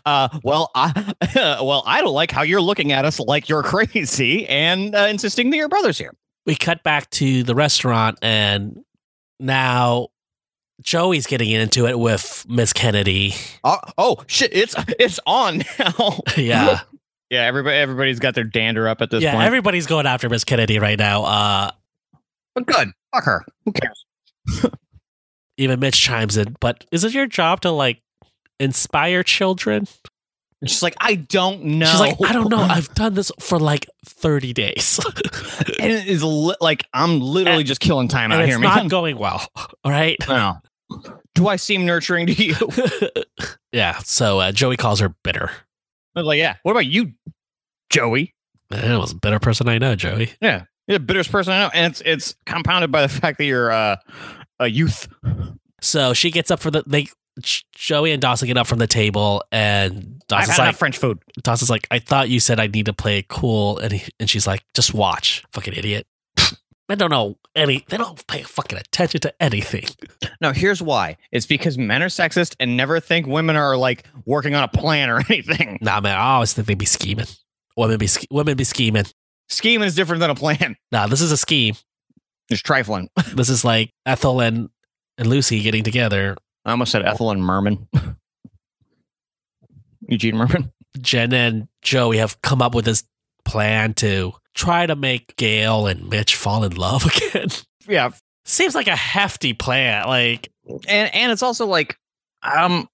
[SPEAKER 2] uh well I well I don't like how you're looking at us like you're crazy and uh, insisting that your brother's here.
[SPEAKER 1] we cut back to the restaurant and now Joey's getting into it with Miss Kennedy.
[SPEAKER 2] Oh, oh shit! It's it's on now.
[SPEAKER 1] yeah.
[SPEAKER 2] Yeah, everybody everybody's got their dander up at this
[SPEAKER 1] yeah,
[SPEAKER 2] point.
[SPEAKER 1] everybody's going after Miss Kennedy right now. Uh
[SPEAKER 2] but Oh, good. Fuck her. Who cares?
[SPEAKER 1] even Mitch chimes in, but is it your job to like inspire children?
[SPEAKER 2] And she's like, I don't know.
[SPEAKER 1] She's like, I don't know. I've done this for like 30 days.
[SPEAKER 2] and it is li- like I'm literally
[SPEAKER 1] And-
[SPEAKER 2] just killing time
[SPEAKER 1] and
[SPEAKER 2] out
[SPEAKER 1] it's
[SPEAKER 2] here,
[SPEAKER 1] not
[SPEAKER 2] man.
[SPEAKER 1] going well. All right.
[SPEAKER 2] no. Do I seem nurturing to you?
[SPEAKER 1] yeah. So uh, Joey calls her bitter.
[SPEAKER 2] I was like, yeah. What about you, Joey?
[SPEAKER 1] Man, it was a bitter person I know, Joey.
[SPEAKER 2] Yeah, you're the bitterest person I know, and it's it's compounded by the fact that you're uh, a youth.
[SPEAKER 1] So she gets up from the they Ch- Joey and Dawson get up from the table and
[SPEAKER 2] I've
[SPEAKER 1] Dawson's
[SPEAKER 2] had enough
[SPEAKER 1] like
[SPEAKER 2] French food.
[SPEAKER 1] Dawson's like I thought you said I need to play it cool and he, and she's like just watch fucking idiot. They don't know any. They don't pay fucking attention to anything.
[SPEAKER 2] No, here's why. It's because men are sexist and never think women are like working on a plan or anything.
[SPEAKER 1] Nah, man. I always think they be scheming. Women be sch- women be scheming.
[SPEAKER 2] Scheming is different than a plan.
[SPEAKER 1] Nah, this is a scheme.
[SPEAKER 2] There's trifling.
[SPEAKER 1] This is like Ethel and and Lucy getting together.
[SPEAKER 2] I almost said Ethel and Merman. Eugene Merman.
[SPEAKER 1] Jen and Joey have come up with this plan to try to make Gail and Mitch fall in love again.
[SPEAKER 2] Yeah.
[SPEAKER 1] Seems like a hefty plan. Like
[SPEAKER 2] And and it's also like um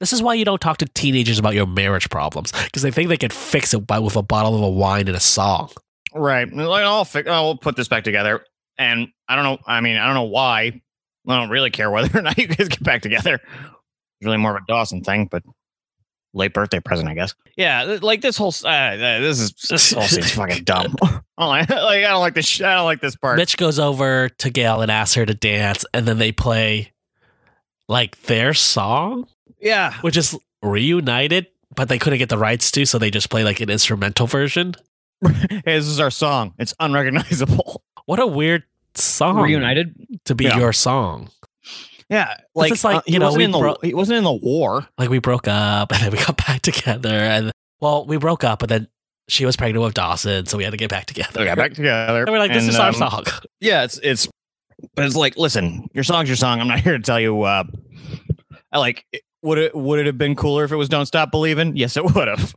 [SPEAKER 1] This is why you don't talk to teenagers about your marriage problems because they think they can fix it by with a bottle of a wine and a song.
[SPEAKER 2] right. Like, I'll fi- I'll put this back together. And I don't know. I mean, I don't know why. I don't really care whether or not you guys get back together. It's really more of a Dawson thing, but late birthday present, I guess. Yeah, th- like this whole s- uh, uh, this is this all seems fucking dumb. Oh, I don't like, like I don't like this. Sh- I don't like this part.
[SPEAKER 1] Mitch goes over to Gail and asks her to dance, and then they play like their song,
[SPEAKER 2] yeah,
[SPEAKER 1] which is reunited, but they couldn't get the rights to, so they just play like an instrumental version.
[SPEAKER 2] Hey, this is our song. It's unrecognizable.
[SPEAKER 1] What a weird song to be
[SPEAKER 2] Yeah.
[SPEAKER 1] your song.
[SPEAKER 2] Yeah, like
[SPEAKER 1] it's like,
[SPEAKER 2] uh, he
[SPEAKER 1] you know,
[SPEAKER 2] wasn't
[SPEAKER 1] we
[SPEAKER 2] in the
[SPEAKER 1] bro-
[SPEAKER 2] he wasn't in the war.
[SPEAKER 1] Like we broke up and then we got back together, and well, we broke up, but then she was pregnant with Dawson, so we had to get back together.
[SPEAKER 2] They got back together.
[SPEAKER 1] And we're like, this
[SPEAKER 2] and,
[SPEAKER 1] is our
[SPEAKER 2] um,
[SPEAKER 1] song.
[SPEAKER 2] Yeah, it's it's but it's like, listen, your song's your song. I'm not here to tell you uh I like it- would it would it have been cooler if it was Don't Stop Believing? Yes, it would have.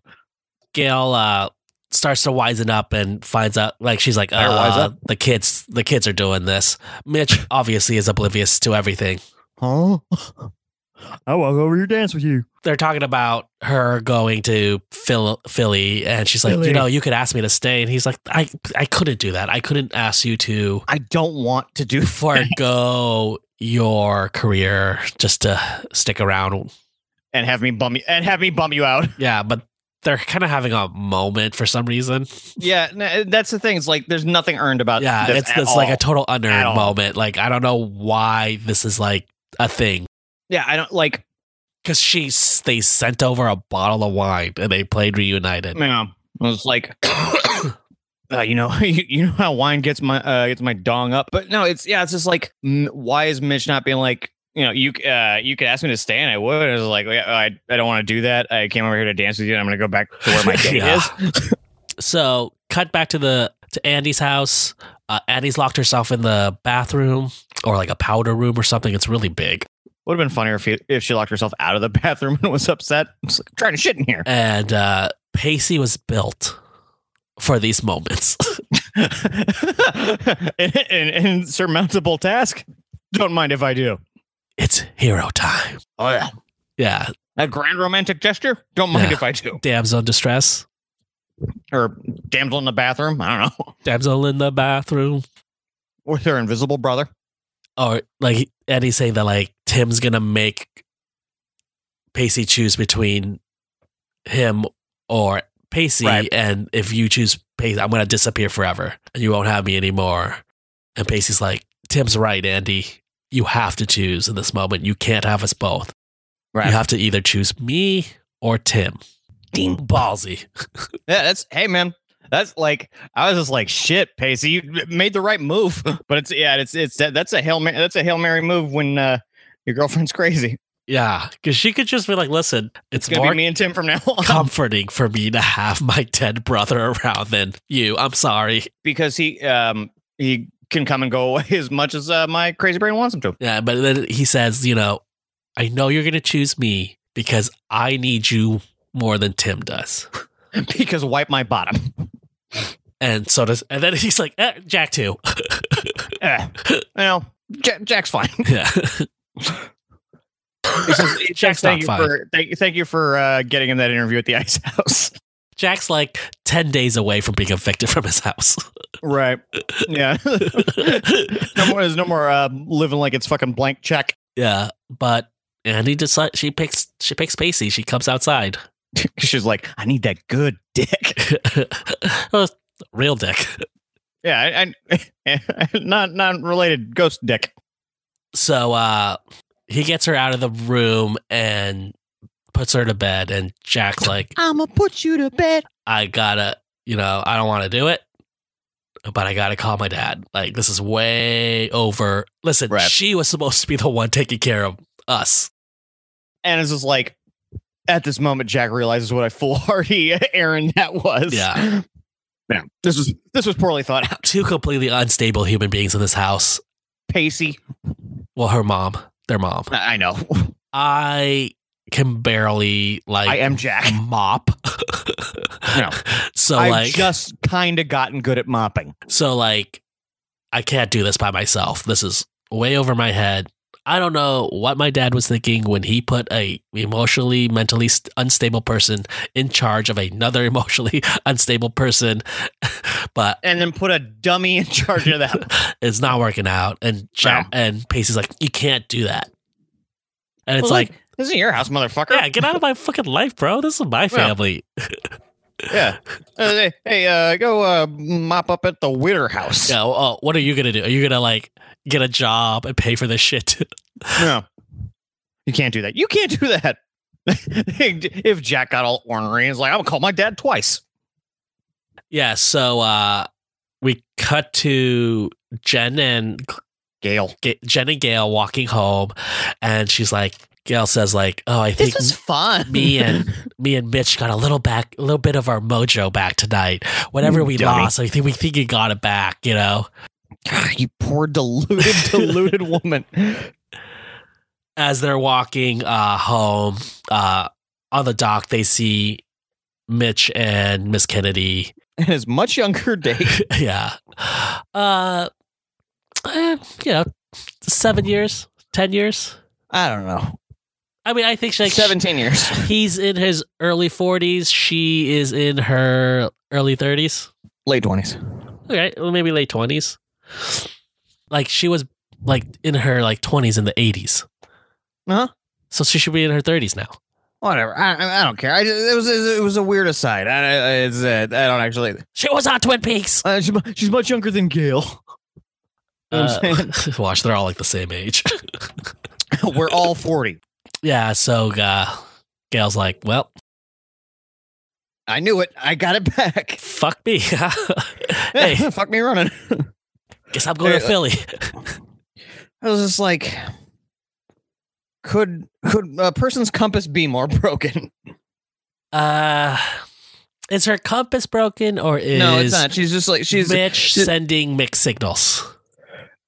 [SPEAKER 1] Gail uh, starts to wisen up and finds out, like she's like,
[SPEAKER 2] Better wise
[SPEAKER 1] uh,
[SPEAKER 2] up.
[SPEAKER 1] the kids, the kids are doing this. Mitch obviously is oblivious to everything.
[SPEAKER 2] Huh? I walk over here dance with you.
[SPEAKER 1] They're talking about her going to Phil- Philly, and she's like,
[SPEAKER 2] Philly.
[SPEAKER 1] you know, you could ask me to stay, and he's like, I, I couldn't do that. I couldn't ask you to
[SPEAKER 2] I don't want to do
[SPEAKER 1] forego your career just to stick around.
[SPEAKER 2] and have me bum you and have me bum you out.
[SPEAKER 1] Yeah, but they're kind of having a moment for some reason.
[SPEAKER 2] yeah, n- that's the thing. It's like there's nothing earned about
[SPEAKER 1] yeah,
[SPEAKER 2] Uh, this
[SPEAKER 1] it's
[SPEAKER 2] at
[SPEAKER 1] this like
[SPEAKER 2] all.
[SPEAKER 1] a total
[SPEAKER 2] At all.
[SPEAKER 1] unearned moment. Like I don't know why this is like a thing
[SPEAKER 2] yeah, I don't like
[SPEAKER 1] because she s- they sent over a bottle of wine and they played reunited.
[SPEAKER 2] Yeah, I was like, uh, you know, you, you know how wine gets my uh, gets my dong up, but no, it's yeah, it's just like, m- why is Mitch not being like, you know, you uh, you could ask me to stay and I would. I was like, yeah, I I don't want to do that. I came over here to dance with you, and I'm gonna go back to where my date
[SPEAKER 1] Yeah.
[SPEAKER 2] is.
[SPEAKER 1] So cut back to the to Andy's house. Uh, Andy's locked herself in the bathroom or like a powder room or something. It's really big,
[SPEAKER 2] Would have been funnier if he, if she locked herself out of the bathroom and was upset. I'm just like, trying to shit in here.
[SPEAKER 1] and uh, Pacey was built for these moments.
[SPEAKER 2] an, an insurmountable task. Don't mind if I do.
[SPEAKER 1] it's hero time.
[SPEAKER 2] Oh yeah,
[SPEAKER 1] Yeah,
[SPEAKER 2] a grand romantic gesture. Don't mind
[SPEAKER 1] Yeah.
[SPEAKER 2] if I do.
[SPEAKER 1] damsel in distress,
[SPEAKER 2] Or damsel in the bathroom. I don't know.
[SPEAKER 1] damsel in the bathroom.
[SPEAKER 2] or their invisible brother.
[SPEAKER 1] or Oh, like Eddie's saying that like Tim's gonna make Pacey choose between him or Pacey,
[SPEAKER 2] Right.
[SPEAKER 1] and if you choose Pacey, I'm gonna disappear forever, and you won't have me anymore. And Pacey's like, Tim's right, Andy. You have to choose in this moment. You can't have us both. You have to either choose me or Tim.
[SPEAKER 2] Ding.
[SPEAKER 1] Ballsy.
[SPEAKER 2] Yeah, that's hey man. That's like I was just like shit, Pacey. You made the right move, but it's yeah, it's it's that, that's a hail mary. That's a hail mary move when uh, your girlfriend's crazy.
[SPEAKER 1] Yeah, because she could just be like, listen, it's,
[SPEAKER 2] It's gonna
[SPEAKER 1] more
[SPEAKER 2] be me and Tim from now on
[SPEAKER 1] comforting for me to have my dead brother around than you. I'm sorry.
[SPEAKER 2] because he um he can come and go away as much as uh, my crazy brain wants him to.
[SPEAKER 1] Yeah, but then he says, you know, I know you're going to choose me because I need you more than Tim does.
[SPEAKER 2] Because wipe my bottom.
[SPEAKER 1] And so does, and then he's like, eh, Jack too.
[SPEAKER 2] Eh, well, Jack, Jack's fine.
[SPEAKER 1] yeah.
[SPEAKER 2] He says,
[SPEAKER 1] Jack's
[SPEAKER 2] thank
[SPEAKER 1] not
[SPEAKER 2] you
[SPEAKER 1] fine.
[SPEAKER 2] for thank, you- thank you for uh, getting him that interview at the Ice House.
[SPEAKER 1] Jack's like 10 days away from being evicted from his house.
[SPEAKER 2] right. Yeah. No more. There's no more uh, living like it's fucking blank check.
[SPEAKER 1] yeah. But Andy decides she picks, she picks Pacey. She comes outside.
[SPEAKER 2] She's like, I need that good dick.
[SPEAKER 1] Oh, Real dick.
[SPEAKER 2] Yeah, I, I, not not related ghost dick.
[SPEAKER 1] So uh he gets her out of the room and puts her to bed. And Jack's like,
[SPEAKER 2] I'ma put you to bed.
[SPEAKER 1] I gotta, you know, I don't want to do it. but I gotta call my dad. Like this is way over. Listen,
[SPEAKER 2] Right.
[SPEAKER 1] she was supposed to be the one taking care of us.
[SPEAKER 2] And it's just like, at this moment, Jack realizes what a foolhardy errand that was.
[SPEAKER 1] Yeah.
[SPEAKER 2] Yeah. This was this was poorly thought out.
[SPEAKER 1] Two completely unstable human beings in this house.
[SPEAKER 2] Pacey.
[SPEAKER 1] Well, her mom, their mom.
[SPEAKER 2] I I know.
[SPEAKER 1] I can barely like
[SPEAKER 2] I am Jack.
[SPEAKER 1] mop.
[SPEAKER 2] No.
[SPEAKER 1] So
[SPEAKER 2] I've
[SPEAKER 1] like
[SPEAKER 2] just kind of gotten good at mopping.
[SPEAKER 1] So like I can't do this by myself. This is way over my head. I don't know what my dad was thinking when he put a emotionally mentally st- unstable person in charge of another emotionally unstable person, but
[SPEAKER 2] And then put a dummy in charge of that.
[SPEAKER 1] it's not working out. And Jack, and Pacey's like, "You can't do that." And it's
[SPEAKER 2] Well,
[SPEAKER 1] like,
[SPEAKER 2] this is your house, motherfucker.
[SPEAKER 1] "Yeah, get out of my fucking life, bro. This is my family."
[SPEAKER 2] Yeah. Uh, hey, hey, uh, go uh, mop up at the Witter house.
[SPEAKER 1] Yeah. well, what are you gonna do? Are you gonna like get a job and pay for this shit?
[SPEAKER 2] No. You can't do that. You can't do that. if Jack got all ornery, he's like, I'm going to call my dad twice.
[SPEAKER 1] yeah so uh we cut to jen and
[SPEAKER 2] Gail.
[SPEAKER 1] G- jen and gail walking home and she's like gail says like oh i think
[SPEAKER 2] This was fun.
[SPEAKER 1] me and me and mitch got a little back a little bit of our mojo back tonight whatever we
[SPEAKER 2] Dummy.
[SPEAKER 1] lost i think we think we got it back you know
[SPEAKER 2] God, you poor deluded, deluded woman.
[SPEAKER 1] as they're walking uh home uh on the dock they see mitch and miss kennedy
[SPEAKER 2] And his much younger date.
[SPEAKER 1] yeah uh eh, you know seven years ten years
[SPEAKER 2] I don't know.
[SPEAKER 1] I mean, I think she, like
[SPEAKER 2] 17 years.
[SPEAKER 1] He's in his early forties. She is in her early thirties.
[SPEAKER 2] Late 20s.
[SPEAKER 1] Okay, well, maybe late twenties. Like she was like in her like twenties in the eighties.
[SPEAKER 2] Uh-huh.
[SPEAKER 1] So she should be in her thirties now.
[SPEAKER 2] Whatever. I, I- I don't care. I, just- it was it was a weird aside. I, I, it's, uh, I don't actually.
[SPEAKER 1] She was on Twin Peaks.
[SPEAKER 2] Uh, she's, mu- she's much younger than Gail. You know what I'm
[SPEAKER 1] Uh, watch, they're all like the same age.
[SPEAKER 2] saying? We're all 40.
[SPEAKER 1] yeah. So uh, Gail's like, well,
[SPEAKER 2] I knew it. I got it back.
[SPEAKER 1] fuck me. hey,
[SPEAKER 2] Fuck me running.
[SPEAKER 1] guess I'm going to
[SPEAKER 2] Hey, uh,
[SPEAKER 1] Philly.
[SPEAKER 2] I was just like, could could a person's compass be more broken?
[SPEAKER 1] Uh, is her compass broken or is
[SPEAKER 2] no, it's not. She's just like she's
[SPEAKER 1] Mitch
[SPEAKER 2] she-
[SPEAKER 1] sending mixed signals.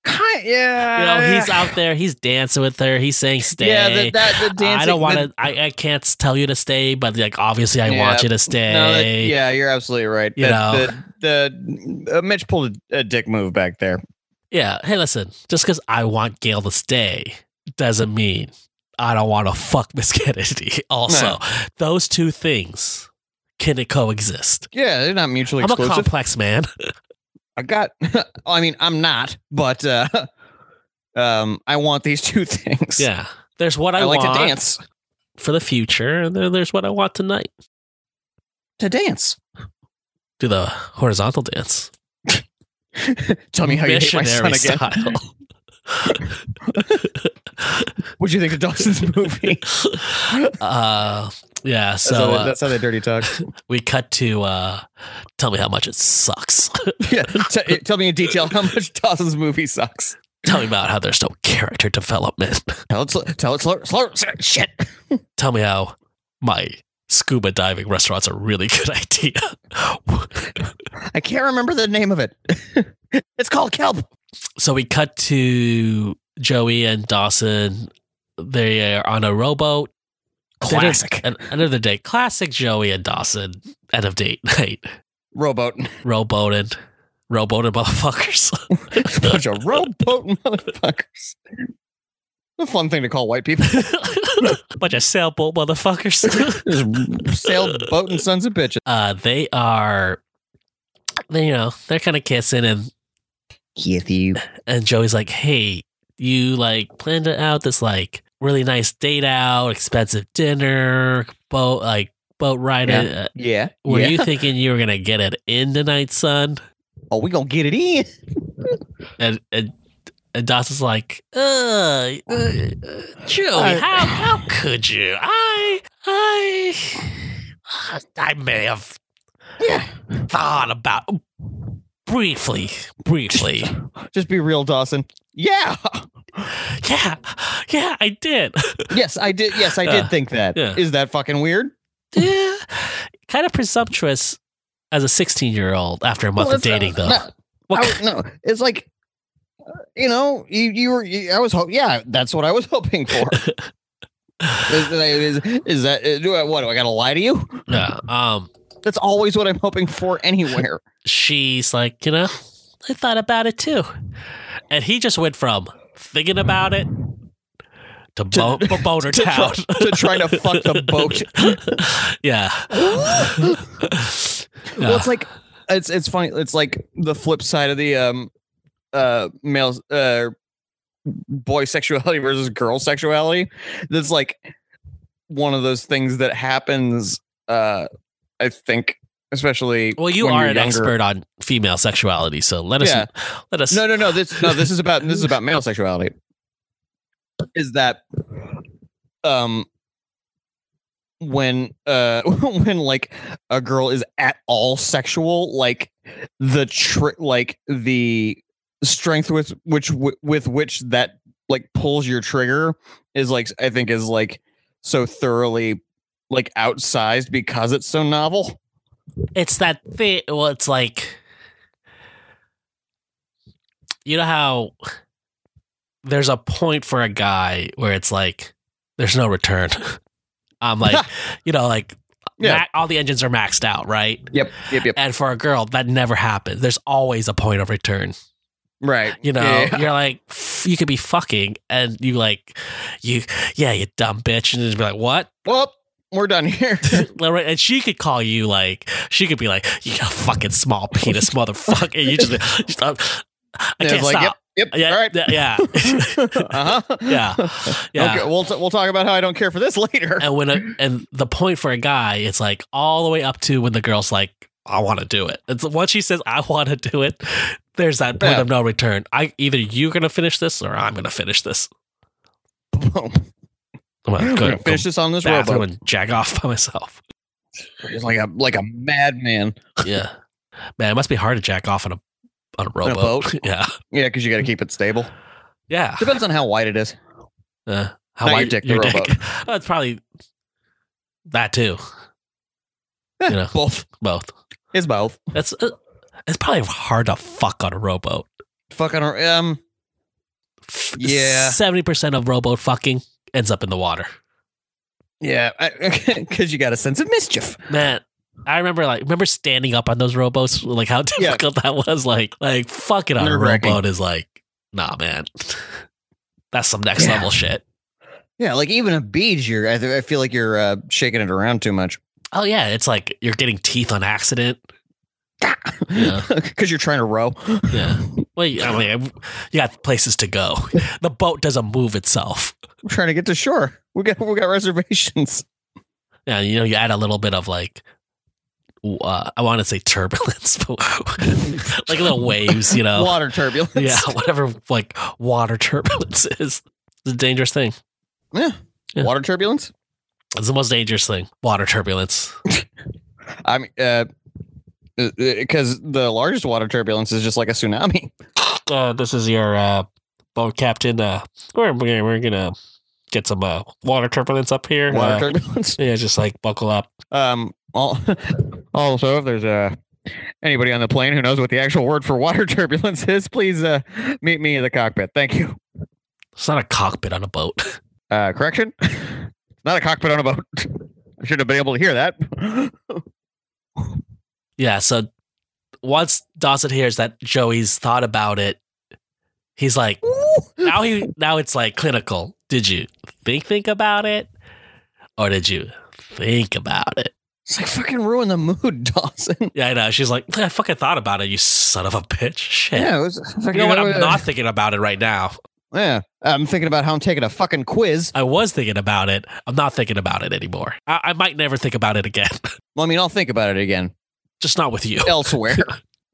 [SPEAKER 2] kind.
[SPEAKER 1] You
[SPEAKER 2] Yeah,
[SPEAKER 1] know, he's out there, he's dancing with her, he's saying stay.
[SPEAKER 2] Uh, Yeah, the, that the dancing.
[SPEAKER 1] I don't want
[SPEAKER 2] the-
[SPEAKER 1] to. I, I can't tell you to stay, but like obviously, I want
[SPEAKER 2] Yeah.
[SPEAKER 1] you to
[SPEAKER 2] No, that-
[SPEAKER 1] stay.
[SPEAKER 2] yeah, you're absolutely right.
[SPEAKER 1] You
[SPEAKER 2] That- the, the uh, Mitch pulled a, a dick move back there.
[SPEAKER 1] yeah. Hey, listen, just because I want Gail to stay doesn't mean I don't want to fuck Miss Kennedy. Also, those two things can coexist.
[SPEAKER 2] Yeah, they're not mutually
[SPEAKER 1] I'm a
[SPEAKER 2] exclusive.
[SPEAKER 1] complex man.
[SPEAKER 2] I got. I mean, I'm not, but uh, um, I want these two things.
[SPEAKER 1] yeah. There's what I,
[SPEAKER 2] I, like
[SPEAKER 1] want
[SPEAKER 2] to dance.
[SPEAKER 1] for the future, and then there's what I want tonight.
[SPEAKER 2] To dance.
[SPEAKER 1] Do the horizontal dance.
[SPEAKER 2] Tell me how you hate my son
[SPEAKER 1] Missionary
[SPEAKER 2] again.
[SPEAKER 1] style.
[SPEAKER 2] What do you think of Dawson's movie?
[SPEAKER 1] uh yeah
[SPEAKER 2] That's how
[SPEAKER 1] so
[SPEAKER 2] they-
[SPEAKER 1] uh,
[SPEAKER 2] that's how they dirty talk.
[SPEAKER 1] we cut to uh tell me how much it sucks
[SPEAKER 2] yeah, t- eh, tell me in detail how much Dawson's movie sucks.
[SPEAKER 1] tell me about how there's no character development
[SPEAKER 2] Tell it, sl- tell it, slur, slur, slur- shit.
[SPEAKER 1] tell me how my scuba diving restaurant's a really good idea
[SPEAKER 2] I can't remember the name of it. it's called Kelp.
[SPEAKER 1] so we cut to joey and dawson they are on a rowboat
[SPEAKER 2] Classic
[SPEAKER 1] An- another day classic joey and dawson end of date night
[SPEAKER 2] rowboat.
[SPEAKER 1] rowboating rowboating motherfuckers
[SPEAKER 2] Bunch of rowboat motherfuckers. A fun thing to call white people.
[SPEAKER 1] bunch of sailboat motherfuckers
[SPEAKER 2] Just sailboat and sons of bitches.
[SPEAKER 1] uh they are they you know they're kind of kissing and
[SPEAKER 2] With you.
[SPEAKER 1] and joey's like hey you like planned it out this like really nice date out expensive dinner boat like boat ride uh,
[SPEAKER 2] Yeah.
[SPEAKER 1] were
[SPEAKER 2] yeah.
[SPEAKER 1] you thinking you were gonna get it in tonight son
[SPEAKER 2] oh, we gonna get it in.
[SPEAKER 1] and and and Dawson's like, uh, uh, uh, Joey,
[SPEAKER 2] I-
[SPEAKER 1] how, how could you? I, I, I may have
[SPEAKER 2] Yeah.
[SPEAKER 1] thought about briefly, briefly.
[SPEAKER 2] Just be real, Dawson. Yeah.
[SPEAKER 1] yeah, yeah, I did.
[SPEAKER 2] Yes, I did. Yes, I did
[SPEAKER 1] Yeah.
[SPEAKER 2] think that. Is
[SPEAKER 1] Yeah.
[SPEAKER 2] that fucking weird?
[SPEAKER 1] yeah, kind of presumptuous as a 16 year old after a month
[SPEAKER 2] Well,
[SPEAKER 1] of
[SPEAKER 2] it's, uh,
[SPEAKER 1] dating, though.
[SPEAKER 2] not-
[SPEAKER 1] What
[SPEAKER 2] I
[SPEAKER 1] ki-
[SPEAKER 2] was- no, it's like, uh, you know, you, you were. You, I was hope. Yeah, that's what I was hoping for. is, is, is that uh, do I, what? Do I gotta lie to you?
[SPEAKER 1] yeah, um,
[SPEAKER 2] That's always what I'm hoping for anywhere.
[SPEAKER 1] she's like, you know, I thought about it too, and he just went from thinking about it to, bo- bo- boner
[SPEAKER 2] to, try,
[SPEAKER 1] town.
[SPEAKER 2] to try to fuck the boat.
[SPEAKER 1] yeah.
[SPEAKER 2] Well, it's like it's it's funny. It's like the flip side of the um uh male uh boy sexuality versus girl sexuality. That's like one of those things that happens. Uh, I think especially
[SPEAKER 1] Well, you
[SPEAKER 2] when
[SPEAKER 1] are
[SPEAKER 2] you're
[SPEAKER 1] an
[SPEAKER 2] younger.
[SPEAKER 1] expert on female sexuality, so let us
[SPEAKER 2] Yeah.
[SPEAKER 1] let us.
[SPEAKER 2] No, no, no. This no. This is about this is about male sexuality. Is that um when uh when like a girl is at all sexual, like the tri- like the strength with which wi- with which that like pulls your trigger is like I think is like so thoroughly like outsized because it's so novel.
[SPEAKER 1] It's that thing. Well, it's like you know how there's a point for a guy where it's like there's no return. I'm like, you know, like
[SPEAKER 2] Yeah.
[SPEAKER 1] ma- all the engines are maxed out, right?
[SPEAKER 2] Yep. Yep. Yep.
[SPEAKER 1] And for a girl, that never happens. There's always a point of return.
[SPEAKER 2] Right.
[SPEAKER 1] You know,
[SPEAKER 2] Yeah.
[SPEAKER 1] you're like, f- you could be fucking, and you like, you, yeah, you dumb bitch, and just be like, what?
[SPEAKER 2] Well, we're done here.
[SPEAKER 1] Like, right, and she could call you like she could be like you got a fucking small penis motherfucker and you just, just, uh, I
[SPEAKER 2] And
[SPEAKER 1] can't
[SPEAKER 2] it's like,
[SPEAKER 1] stop
[SPEAKER 2] Yep. Yep.
[SPEAKER 1] yeah,
[SPEAKER 2] All right.
[SPEAKER 1] yeah
[SPEAKER 2] uh-huh.
[SPEAKER 1] yeah yeah
[SPEAKER 2] Okay, we'll t- we'll talk about how I don't care for this later.
[SPEAKER 1] and when a, and the point for a guy it's like all the way up to when the girl's like I want to do it it's once she says I want to do it there's that point
[SPEAKER 2] Yeah.
[SPEAKER 1] of no return I either you're gonna finish this or I'm gonna finish this Oh,
[SPEAKER 2] Boom.
[SPEAKER 1] I'm gonna
[SPEAKER 2] I'm
[SPEAKER 1] go,
[SPEAKER 2] gonna
[SPEAKER 1] go
[SPEAKER 2] finish this on this
[SPEAKER 1] bathroom
[SPEAKER 2] rowboat.
[SPEAKER 1] and jag off by myself
[SPEAKER 2] He's like a like a madman.
[SPEAKER 1] yeah man it must be hard to jack off on a on a
[SPEAKER 2] a
[SPEAKER 1] rowboat
[SPEAKER 2] boat?
[SPEAKER 1] yeah
[SPEAKER 2] Yeah, because you got to keep it stable.
[SPEAKER 1] yeah
[SPEAKER 2] Depends on how wide it is.
[SPEAKER 1] Uh, how
[SPEAKER 2] Not your
[SPEAKER 1] wide-
[SPEAKER 2] dick, the
[SPEAKER 1] Oh, it's probably that too.
[SPEAKER 2] Eh.
[SPEAKER 1] you know,
[SPEAKER 2] Both
[SPEAKER 1] both.
[SPEAKER 2] is both.
[SPEAKER 1] That's uh, it's probably hard to fuck on a rowboat.
[SPEAKER 2] Fucking ar- um. Yeah.
[SPEAKER 1] seventy percent of rowboat fucking ends up in the water.
[SPEAKER 2] Yeah, because you got a sense of mischief.
[SPEAKER 1] Man, I remember like remember standing up on those rowboats, like how
[SPEAKER 2] Yeah.
[SPEAKER 1] difficult that was. Like like fucking on a
[SPEAKER 2] Nerve-wracking.
[SPEAKER 1] rowboat is like nah, man. That's some next
[SPEAKER 2] Yeah.
[SPEAKER 1] level shit.
[SPEAKER 2] Yeah, like even a bead, you're. I, th- I feel like you're uh, shaking it around too much.
[SPEAKER 1] Oh yeah, it's like you're getting teeth on accident. Yeah.
[SPEAKER 2] Because you're trying to row.
[SPEAKER 1] Yeah. Well, you- I mean, you got places to go. The boat doesn't move itself.
[SPEAKER 2] We're trying to get to shore. We got we got reservations.
[SPEAKER 1] Yeah, you know, you add a little bit of like, uh, I want to say turbulence, but like little waves, you know.
[SPEAKER 2] Water turbulence.
[SPEAKER 1] Yeah, whatever like water turbulence is. It's a dangerous thing. Yeah.
[SPEAKER 2] Water turbulence.
[SPEAKER 1] It's the most dangerous thing. Water turbulence.
[SPEAKER 2] I mean, uh, because the largest water turbulence is just like a tsunami.
[SPEAKER 1] Uh, this is your uh, boat captain. Uh, we're, we're, we're going to get some uh, water turbulence up here.
[SPEAKER 2] Water
[SPEAKER 1] Uh,
[SPEAKER 2] turbulence.
[SPEAKER 1] yeah, just like buckle up.
[SPEAKER 2] Um. All, also, if there's uh, anybody on the plane who knows what the actual word for water turbulence is, please uh, meet me in the cockpit. Thank you.
[SPEAKER 1] It's not a cockpit on a boat.
[SPEAKER 2] Uh, correction. Not a cockpit on a boat. I should have been able to hear that.
[SPEAKER 1] Yeah, so once Dawson hears that Joey's thought about it, he's like, now he now it's like clinical. Did you think think about it, or did you think about it?
[SPEAKER 2] It's like fucking ruin the mood, Dawson.
[SPEAKER 1] Yeah, I know. She's like, I fucking thought about it. You son of a bitch. Shit.
[SPEAKER 2] Yeah, it was, it's like,
[SPEAKER 1] You know what? I'm
[SPEAKER 2] uh,
[SPEAKER 1] not thinking about it right now.
[SPEAKER 2] Yeah, I'm thinking about how I'm taking a fucking quiz.
[SPEAKER 1] I was thinking about it. I'm not thinking about it anymore. I, I might never think about it again.
[SPEAKER 2] Well, I mean, I'll think about it again.
[SPEAKER 1] Just not with you.
[SPEAKER 2] elsewhere.